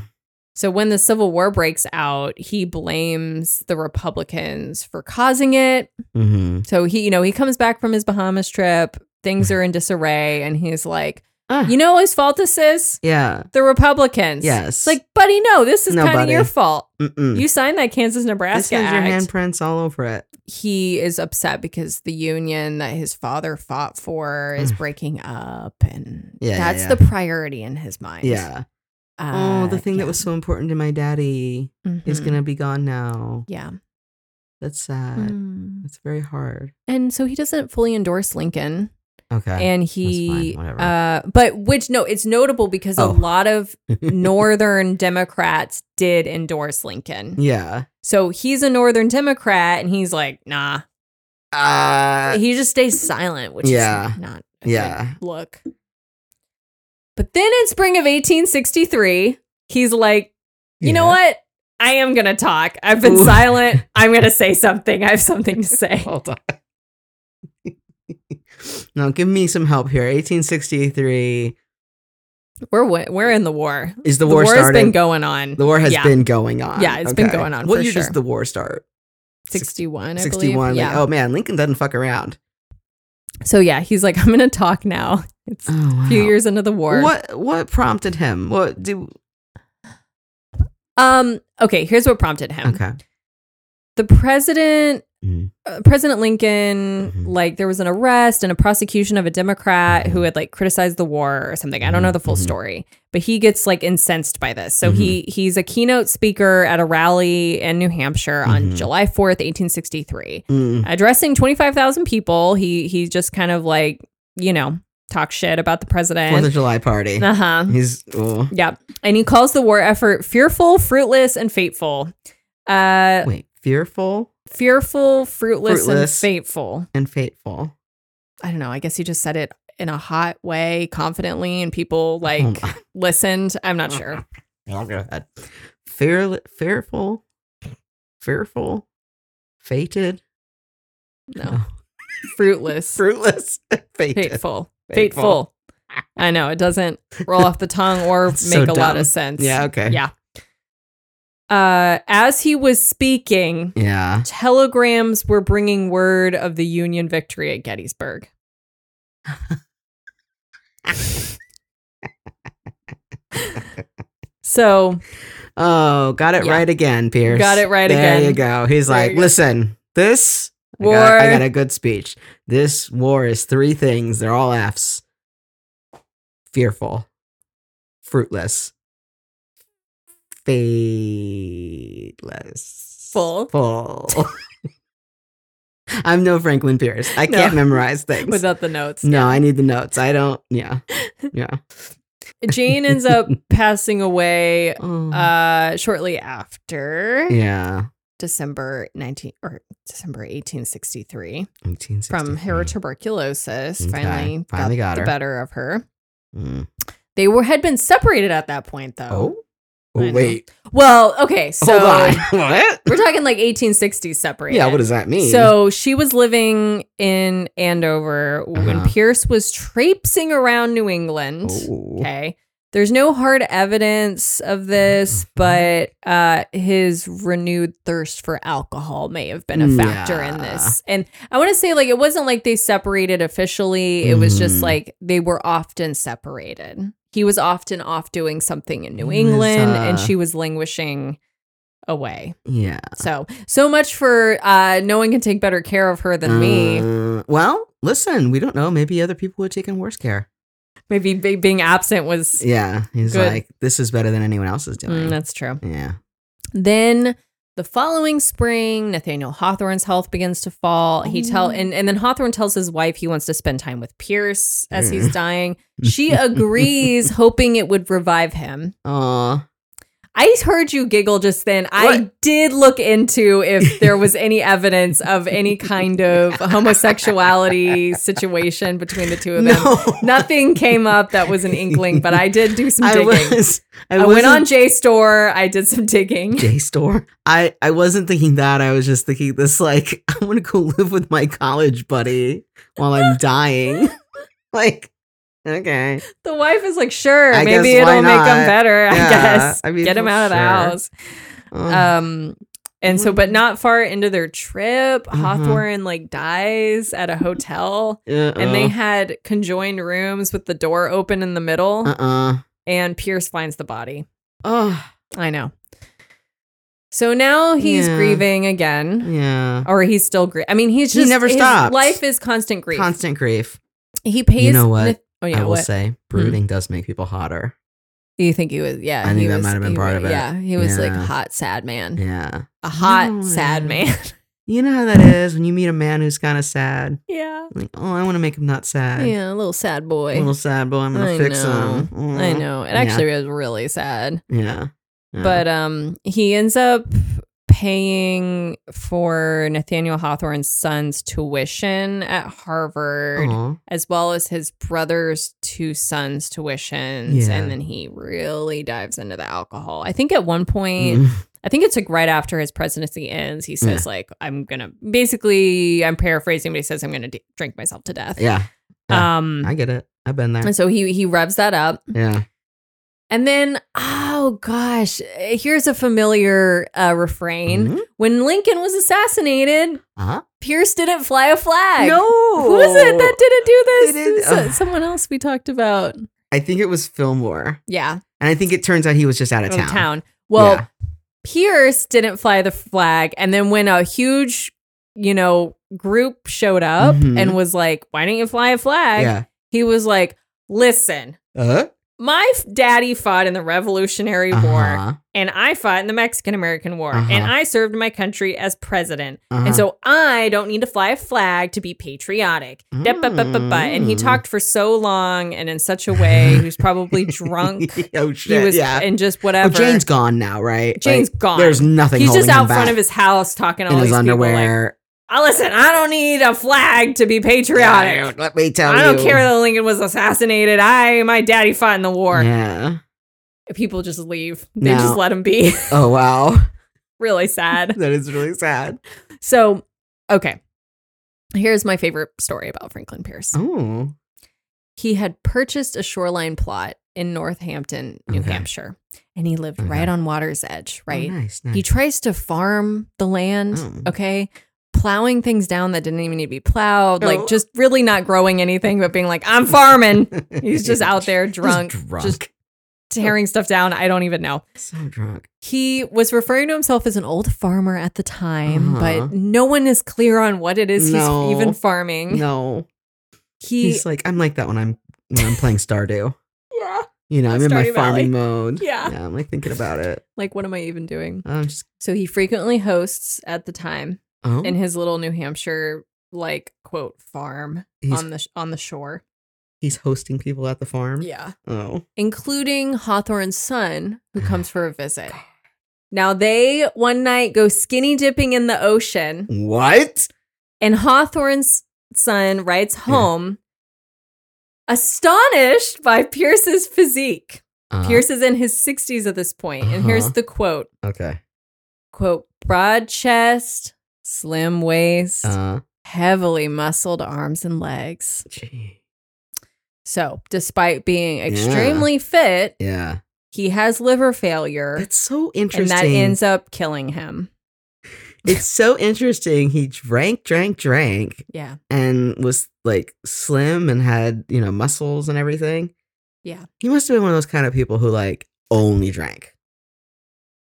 A: So when the Civil War breaks out, he blames the Republicans for causing it.
B: Mm-hmm.
A: So he, you know, he comes back from his Bahamas trip. Things are in disarray, and he's like, "You know whose fault this is?
B: yeah.
A: The Republicans."
B: Ah. Yes.
A: It's like, buddy, no, this is
B: No,
A: kind of
B: buddy.
A: your fault.
B: Mm-mm.
A: You signed that Kansas
B: this has
A: Nebraska
B: your
A: Act.
B: handprints all over it.
A: He is upset because the union that his father fought for is
B: Mm.
A: breaking up, and
B: Yeah, yeah,
A: that's
B: yeah.
A: the priority in his mind.
B: Yeah.
A: Uh,
B: Oh, the thing
A: yeah.
B: that was so important to my daddy is
A: Mhm.
B: gonna be gone now.
A: yeah.
B: That's sad.
A: Mm.
B: That's very hard.
A: And so he doesn't fully endorse Lincoln.
B: Okay.
A: and he
B: fine, whatever.
A: uh but which no it's notable because a
B: Oh.
A: lot of northern democrats did endorse lincoln
B: yeah.
A: so he's a northern democrat and he's like nah
B: Uh,
A: he just stays silent which
B: yeah.
A: is not a yeah
B: yeah.
A: look but then in spring of 1863 he's like you know what i am gonna talk i've been
B: Ooh.
A: silent i'm gonna say something i have something to say
B: Hold on. now give me some help here. 1863
A: we're wi- we're in the war
B: is the
A: the
B: war
A: war has
B: started.
A: been going on
B: the war has
A: Yeah.
B: been going on.
A: Yeah, it's been going on
B: What
A: for
B: year does
A: sure.
B: the war start?
A: 61 I
B: 61.
A: believe.
B: Like,
A: yeah
B: oh man, Lincoln doesn't fuck around.
A: So yeah, he's like, I'm gonna talk now. It's
B: Oh,
A: a
B: wow.
A: few years into the war.
B: What what prompted him? What do
A: Um. Okay. Here's what prompted him.
B: Okay.
A: The president,
B: Mhm.
A: uh, President Lincoln,
B: Mhm.
A: like there was an arrest and a prosecution of a Democrat who
B: Mhm.
A: had like criticized the war or something. I don't know the full
B: Mhm.
A: story, but he gets like incensed by this. So he
B: Mm-hmm.
A: he's a keynote speaker at a rally in New Hampshire on
B: Mhm.
A: July 4th, 1863,
B: Mm.
A: addressing 25,000 people. He he just kind of like you know talks shit about the
B: Fourth of
A: president.
B: July party.
A: Uh huh.
B: He's oh.
A: Yeah. And he calls the war effort fearful, fruitless, and fateful. Uh,
B: wait, fearful
A: fearful, fruitless,
B: Fruitless.
A: and fateful.
B: and fateful.
A: I don't know. I guess he just said it in a hot way, confidently, and people like
B: Oh my-
A: listened. I'm
B: Oh.
A: not sure.
B: I'll go ahead. Fear, fearful, fearful, fated,
A: No. Fruitless,
B: fruitless, fated.
A: fateful, fateful.
B: Fateful.
A: I know it doesn't roll off the tongue or make
B: That's so
A: a lot
B: dumb.
A: of sense.
B: Yeah. Okay.
A: Yeah. Uh, as he was speaking,
B: Yeah.
A: telegrams were bringing word of the Union victory at Gettysburg. so
B: Oh, got it
A: Yeah.
B: right again, Pierce.
A: Got it right
B: there
A: again.
B: you go. He's
A: There
B: like,
A: you go.
B: listen, this I
A: war,
B: got, I got a good speech. This war is three things. They're all F's. Fearful, fruitless, fateless,
A: Full.
B: full. I'm no Franklin Pierce. I
A: No.
B: can't memorize things.
A: without the notes.
B: no, I need the notes. I don't. Yeah, yeah.
A: Jane ends up passing away
B: Oh.
A: uh shortly after
B: yeah.
A: December 19 or December 1863 from
B: 1863.
A: her tuberculosis
B: Okay,
A: finally,
B: finally got
A: the
B: her.
A: better of her.
B: Mm.
A: They were had been separated at that point though.
B: Oh,
A: I
B: oh
A: know.
B: wait.
A: Well, okay, so
B: Hold on. what?
A: we're talking like 1860s separated.
B: Yeah. What does that mean?
A: So she was living in Andover when
B: Uh-huh.
A: Pierce was traipsing around New England.
B: Oh.
A: Okay. There's no hard evidence of this, but uh, his renewed thirst for alcohol may have been a factor in this. And I want to say, like, it wasn't like they separated officially, it was
B: Mhm.
A: just like they were often separated. He was often off doing something in New
B: He was,
A: England, and
B: uh,
A: she was languishing away.
B: Yeah.
A: So, so much for uh, no one can take better care of her than me.
B: Uh, well, listen, we don't know. Maybe other people would have taken worse care.
A: Maybe be- being absent was.
B: Yeah. He's
A: Good.
B: like, this is better than anyone else is
A: Mm,
B: doing.
A: that's true.
B: yeah.
A: Then the following spring, Nathaniel Hawthorne's health begins to fall. He
B: Oh.
A: tell and, and then Hawthorne tells his wife he wants to spend time with Pierce as he's
B: Mm.
A: dying. She agrees, hoping it would revive him.
B: Aw.
A: I heard you giggle just then. I did look into if there was any evidence of any kind of homosexuality situation between the two of them. Nothing came up that was an inkling, but I did do some
B: I
A: digging.
B: was. I,
A: I went
B: wasn't-
A: on JSTOR. I did some digging.
B: JSTOR. I I wasn't thinking that. I was just thinking this like I want to go live with my college buddy while I'm dying. like okay.
A: The wife is like, sure,
B: I
A: maybe
B: guess, why
A: it'll make him
B: not?
A: better. I
B: Yeah,
A: guess
B: I mean,
A: get him
B: for
A: out of the
B: sure. Mm-hmm.
A: house.
B: Um,
A: Um, and so, but not far into their trip,
B: Uh-huh.
A: Hawthorne like dies at a hotel,
B: Uh,
A: and
B: Oh.
A: they had conjoined rooms with the door open in the middle,
B: uh-uh.
A: and Pierce finds the body.
B: Oh,
A: I know. So now he's
B: Yeah.
A: grieving again,
B: yeah.
A: or he's still grieving. I mean, he's
B: He
A: just
B: never
A: his
B: stops.
A: Life is constant grief.
B: Constant grief.
A: he pays.
B: You know what?
A: Nath- oh yeah,
B: I will
A: what?
B: say brooding does make people hotter.
A: You think he was? Yeah,
B: I think
A: he
B: that
A: was-
B: might have been
A: he
B: part
A: wa-
B: of it.
A: Yeah, he was like
B: Yeah.
A: hot, sad man,
B: Yeah.
A: a hot,
B: No,
A: sad
B: yeah.
A: man.
B: You know how that is when you meet a man who's kind of sad.
A: yeah,
B: Like, oh, I want to make him not sad.
A: yeah, a little sad boy.
B: Little sad boy, I'm gonna
A: I
B: fix
A: know.
B: him. Mm.
A: I know it
B: Yeah.
A: actually was really sad,
B: Yeah. Yeah.
A: but um, he ends up paying for Nathaniel Hawthorne's son's tuition at Harvard.
B: Aw.
A: As well as his brother's two sons' tuitions.
B: Yeah.
A: And then he really dives into the alcohol. I think at one point,
B: Mm.
A: I think it's like right after his presidency ends, he says like I'm gonna basically I'm paraphrasing, but he says I'm gonna d- drink myself to death.
B: Yeah. yeah.
A: Um.
B: I get it. I've been there.
A: and so he he revs that up,
B: Yeah.
A: and then oh gosh, here's a familiar uh, refrain.
B: Mhm.
A: When Lincoln was assassinated,
B: Uh-huh.
A: Pierce didn't fly a flag.
B: No.
A: who was it that didn't do this?
B: They did-
A: It was, uh,
B: ugh.
A: someone else we talked about.
B: I think it was Fillmore.
A: Yeah,
B: And I think it turns out he was just out of
A: out
B: town.
A: of town. Well,
B: Yeah.
A: Pierce didn't fly the flag. And then when a huge, you know, group showed up
B: Mhm.
A: and was like, why don't you fly a flag?
B: Yeah.
A: He was like, listen,
B: Uh-huh.
A: my f- daddy fought in the Revolutionary War
B: Uh-huh.
A: and I fought in the Mexican American War
B: Uh-huh.
A: and I served my country as president. And so I don't need to fly a flag to be patriotic. Da- ba- ba- ba- ba. And he
B: Mm.
A: talked for so long and in such a way, he was probably drunk.
B: Uh-huh. oh
A: He
B: shit.
A: was
B: yeah.
A: and just
B: Oh,
A: whatever.
B: Jane's gone now, right?
A: Jane's
B: Jane's
A: gone.
B: There's nothing.
A: He's just
B: holding
A: out
B: him
A: front
B: back
A: of his house talking to
B: in
A: all
B: his
A: these people. Like,
B: underwear.
A: oh, listen, I don't need a flag to be
B: Yeah,
A: patriotic.
B: Let me tell you.
A: I don't care that Lincoln was assassinated. I my daddy fought in the war.
B: Yeah.
A: People just leave. They
B: No.
A: just let him be.
B: Oh wow.
A: really sad.
B: that is really sad.
A: So, okay. Here's my favorite story about Franklin Pierce.
B: Oh.
A: He had purchased a shoreline plot in Northampton, New
B: Okay.
A: Hampshire, and he lived
B: Okay.
A: right on water's edge, right?
B: Oh, nice. Nice.
A: He tries to farm the land,
B: Oh.
A: okay? Plowing things down that didn't even need to be plowed, like
B: Oh.
A: just really not growing anything, but being like, I'm farming. He's just out there
B: He's
A: drunk,
B: drunk.
A: just tearing stuff down. I don't even know.
B: so drunk.
A: He was referring to himself as an old farmer at the time,
B: Uh-huh.
A: but no one is clear on what it is
B: No.
A: he's even farming.
B: No.
A: Mm-hmm. He,
B: He's like, I'm like that when I'm when I'm playing Stardew.
A: yeah,
B: You know, I'm in my
A: Stardew Valley.
B: farming mode.
A: Yeah.
B: Yeah, I'm like thinking about it.
A: like, what am I even doing?
B: I'm just
A: So he frequently hosts at the time
B: oh
A: in his little New Hampshire, like, quote, farm
B: he's
A: on the sh- on the shore.
B: he's hosting people at the farm.
A: Yeah.
B: Oh.
A: including Hawthorne's son, who
B: Mm-hmm.
A: comes for a visit. Now, they one night go skinny dipping in the ocean,
B: What?
A: and Hawthorne's son rides home, astonished by Pierce's physique.
B: Uh,
A: Pierce is in his 60s at this point, and here's
B: Uh-huh.
A: the quote
B: Okay.
A: quote, broad chest, slim waist,
B: Uh
A: heavily muscled arms and legs.
B: gee.
A: So, despite being extremely fit,
B: Yeah.
A: he has liver failure,
B: That's so
A: and
B: interesting.
A: that ends up killing him.
B: it's so interesting. He drank, drank, drank,
A: Yeah.
B: and was like slim and had, you know, muscles and everything.
A: Yeah.
B: He must have been one of those kind of people who like only drank.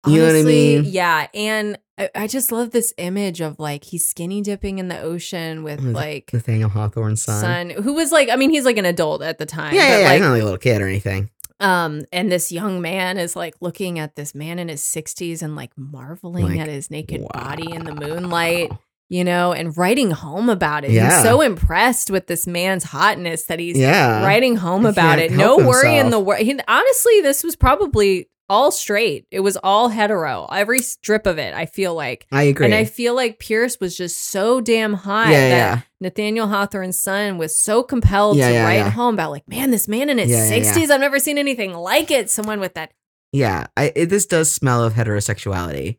B: You
C: Honestly,
B: know what I mean?
C: yeah. And I, I just love this image of like he's skinny dipping in the ocean with
B: With
C: like
B: Nathaniel Hawthorne's son.
A: Son, who was like, I mean, he's like an adult at the
B: Yeah,
A: time.
B: yeah,
A: but
B: yeah.
A: like,
B: he's not like a little kid or anything.
A: um and this young man is like looking at this man in his 60s and like marveling
B: Like,
A: at his naked
B: wow.
A: body in the moonlight you know and writing home about it
B: Yeah.
A: he's so impressed with this man's hotness that he's
B: Yeah.
A: writing home
B: He
A: about it
B: can't
A: no
B: help
A: worry in
B: himself.
A: the world honestly this was probably all straight it was all hetero every strip of it i feel like
B: I agree.
A: and i feel like pierce was just so damn hot
B: yeah,
A: that
B: yeah.
A: Nathaniel Hawthorne's son was so compelled
B: Yeah,
A: to
B: yeah,
A: write
B: yeah.
A: home about like, man, this man in his
B: Yeah, yeah, yeah.
A: 60s, I've never seen anything like it. Someone with that.
B: Yeah. I, it, this does smell of heterosexuality.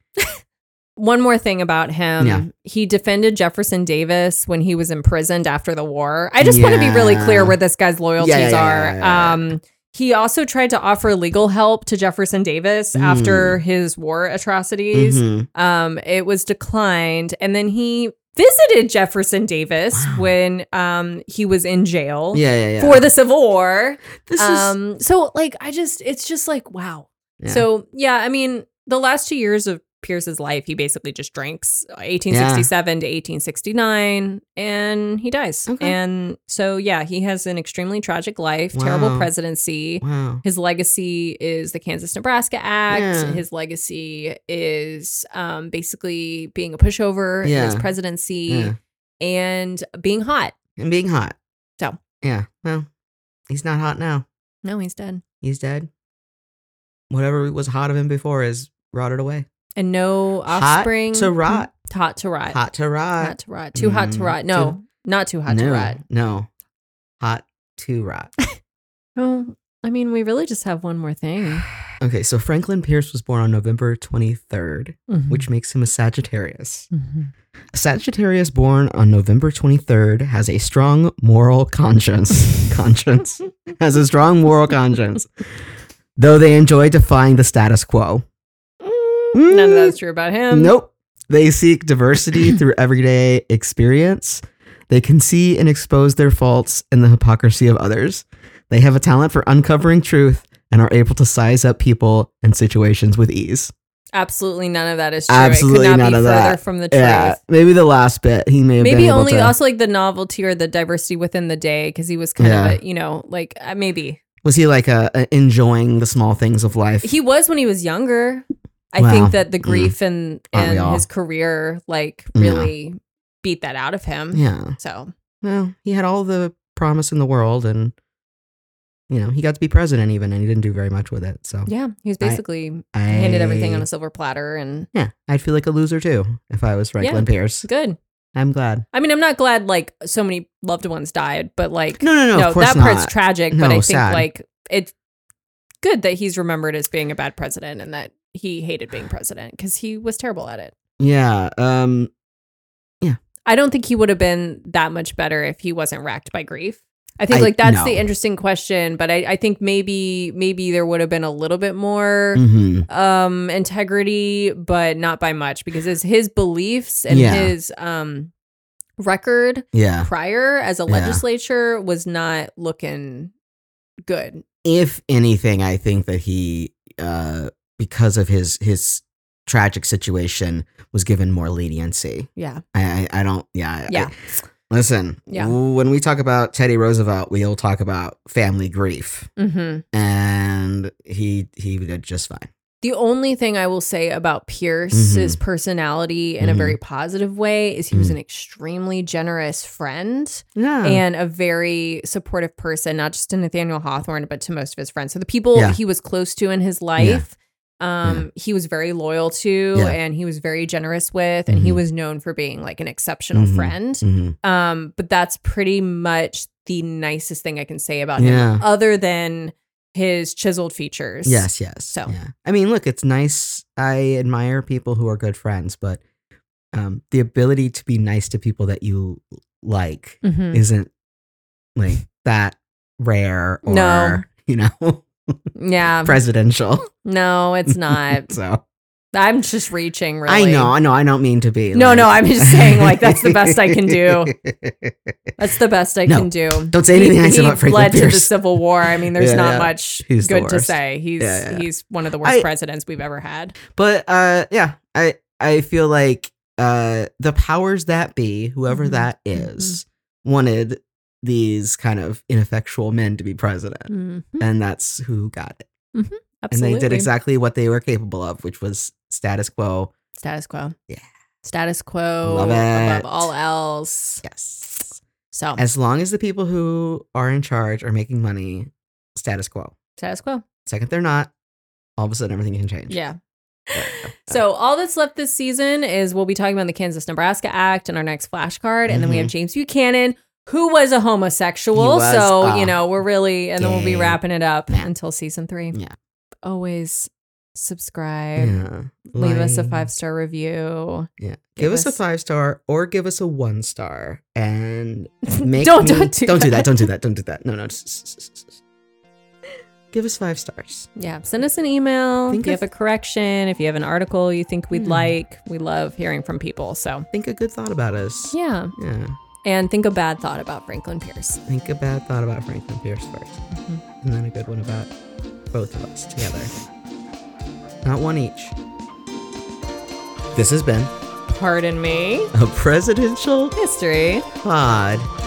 A: One more thing about him.
B: Yeah.
A: He defended Jefferson Davis when he was imprisoned after the war. I just want to be really clear
B: Yeah.
A: where this guy's loyalties
B: yeah, yeah,
A: are.
B: yeah, yeah,
A: Um he also tried to offer legal help to Jefferson Davis
B: Mm.
A: after his war atrocities.
B: Mhm.
A: Um, it was declined, and then he visited Jefferson Davis
B: Wow.
A: when um he was in jail
B: Yeah, yeah, yeah.
A: for the Civil War.
B: this
A: um so like i just it's just like wow
B: Yeah.
A: so yeah i mean the last two years of pierce's life he basically just drinks 1867 to 1869 and he dies
B: Okay.
A: and so yeah he has an extremely tragic life terrible
B: Wow.
A: presidency
B: wow.
A: his legacy is the Kansas Nebraska Act.
B: Yeah.
A: His legacy is um, basically being a pushover in his
B: Yeah.
A: presidency
B: Yeah.
A: and being hot.
B: And being hot.
A: So.
B: Yeah. Well, he's not hot now.
A: No, he's dead.
B: He's dead. Whatever was hot of him before is rotted away.
A: And no
B: Hot
A: offspring. Mm-hmm.
B: to rot.
A: Hot to rot.
B: Hot to
A: Hot
B: rot.
A: to rot. Too hot to
B: Mm,
A: rot. No, not too hot
B: no,
A: to rot.
B: No. Hot to rot.
A: Oh, I mean, we really just have one more thing.
B: okay, so Franklin Pierce was born on November 23rd,
A: Mm-hmm.
B: which makes him a Sagittarius. A Sagittarius born on November 23rd has a strong moral conscience. conscience. Has a strong moral conscience. Though they enjoy defying the status quo.
A: Mm, None of that's true about him.
B: nope. They seek diversity through everyday experience. They can see and expose their faults and the hypocrisy of others. They have a talent for uncovering truth and are able to size up people and situations with ease.
A: Absolutely none of that is true.
B: Absolutely
A: it could not
B: none
A: be
B: of
A: further
B: that.
A: from the truth.
B: Yeah, maybe the last bit he may have been
A: Maybe
B: able
A: only
B: to-
A: also like the novelty or the diversity within the day because he was kind
B: Yeah.
A: of a, you know like uh, maybe
B: was he like uh uh, enjoying the small things of life?
A: he was when he was younger. I
B: Wow.
A: think that the grief and
B: mm. Aren't we
A: and
B: all?
A: his career like
B: Yeah.
A: really beat that out of him.
B: yeah,
A: So
B: well, he had all the promise in the world, and you know he got to be president even, and he didn't do very much with it. So
A: yeah, he was
B: I-
A: basically
B: I
A: handed everything on a silver platter and
B: Yeah, I'd feel like a loser too if I was Franklin Pierce.
A: it's good.
B: I'm glad.
A: I mean, I'm not glad like so many loved ones died, but like
B: No, no, no.
A: no,
B: of course
A: that
B: not.
A: part's tragic.
B: No,
A: but I think
B: sad.
A: like it's good that he's remembered as being a bad president and that he hated being president because he was terrible at it.
B: yeah. Um.
A: I don't think he would have been that much better if he wasn't racked by grief. I think
B: I-
A: like that's
B: no.
A: the interesting question, but I, I think maybe maybe there would have been a little bit more
B: mhm.
A: um integrity but not by much because it's his beliefs and
B: Yeah.
A: his um record
B: Yeah.
A: prior as a
B: Yeah.
A: legislature was not looking good
B: If anything, I think that he, uh, because of his his tragic situation, was given more leniency.
A: yeah
B: I I, I don't. Yeah. I-
A: Yeah.
B: I- listen.
A: Yeah.
B: When we talk about Teddy Roosevelt, we'll talk about family grief,
A: mm-hmm.
B: and he he did just fine.
A: the only thing i will say about pierce's
B: Mm-hmm.
A: personality in a
B: Mhm.
A: very positive way is he
B: Mm.
A: was an extremely generous friend
B: Yeah.
A: and a very supportive person not just to nathaniel hawthorne but to most of his friends so the people
B: Yeah.
A: he was close to in his life Um, he was very loyal to
B: Yeah.
A: and he was very generous with, and he
B: Mhm.
A: was known for being like an exceptional
B: Mhm.
A: friend.
B: Mhm.
A: Um, but that's pretty much the nicest thing I can say about
B: Yeah.
A: him, other than his chiseled features.
B: Yes, yes.
A: So-
B: yeah. I mean, look, it's nice. I admire people who are good friends, but um, the ability to be nice to people that you like
A: Mhm.
B: isn't like that rare or
A: No.
B: you know
A: Yeah.
B: presidential.
A: No, it's not.
B: So
A: I'm just reaching, really.
B: I know, I know, I don't mean to be.
A: No,
B: like-
A: no, I'm just saying, like, that's the best I can do. That's the best I
B: No.
A: can do.
B: Don't say anything
A: he,
B: nice
A: he
B: about Franklin
A: led to the
B: Pierce.
A: Civil War. I mean, there's
B: Yeah,
A: not
B: yeah.
A: much
B: He's the
A: good to
B: worst.
A: say. He's
B: Yeah, yeah.
A: he's one of the worst
B: I-
A: presidents we've ever had.
B: But uh, yeah, I I feel like uh, the powers that be, whoever
A: Mhm.
B: that is, wanted these kind of ineffectual men to be president, and that's who got it.
A: Mm-hmm. Absolutely.
B: And they did exactly what they were capable of, which was status quo.
A: status quo.
B: Yeah.
A: Status quo
B: Love
A: above
B: it.
A: all else.
B: Yes.
A: So
B: As long as the people who are in charge are making money, status quo.
A: status quo.
B: Second, they're not. All of a sudden, everything can change.
A: Yeah.
B: Yeah.
A: So all that's left this season is we'll be talking about the Kansas Nebraska Act in our next flashcard, and then we have James Buchanan, who was a homosexual.
B: Mm-hmm. He was
A: so
B: a
A: you know we're really, and then we'll be
B: gay
A: wrapping it up
B: man.
A: until season three.
B: Yeah.
A: Always subscribe.
B: Yeah.
A: Leave us a
B: Like-
A: five star review.
B: Yeah. Give,
A: Give
B: us, a
A: us-
B: five star or give us a one star and make
A: Don't-
B: me-
A: don't do
B: don't do
A: that.
B: that. Don't do that. Don't do that. No, no. s- s- s- s- s- Give us five stars.
A: Yeah, send us an email
B: Think
A: if you
B: of-
A: have a correction, if you have an article you think we'd
B: Hmm.
A: like. We love hearing from people. So
B: Think a good thought about us.
A: yeah,
B: Yeah.
A: and think a bad thought about Franklin Pierce.
B: Think a bad thought about Franklin Pierce 1st
A: Mm-hmm.
B: and then a good one about both of us together. Not one each. This has been
A: Pardon me,
B: a presidential
A: history.
B: pod.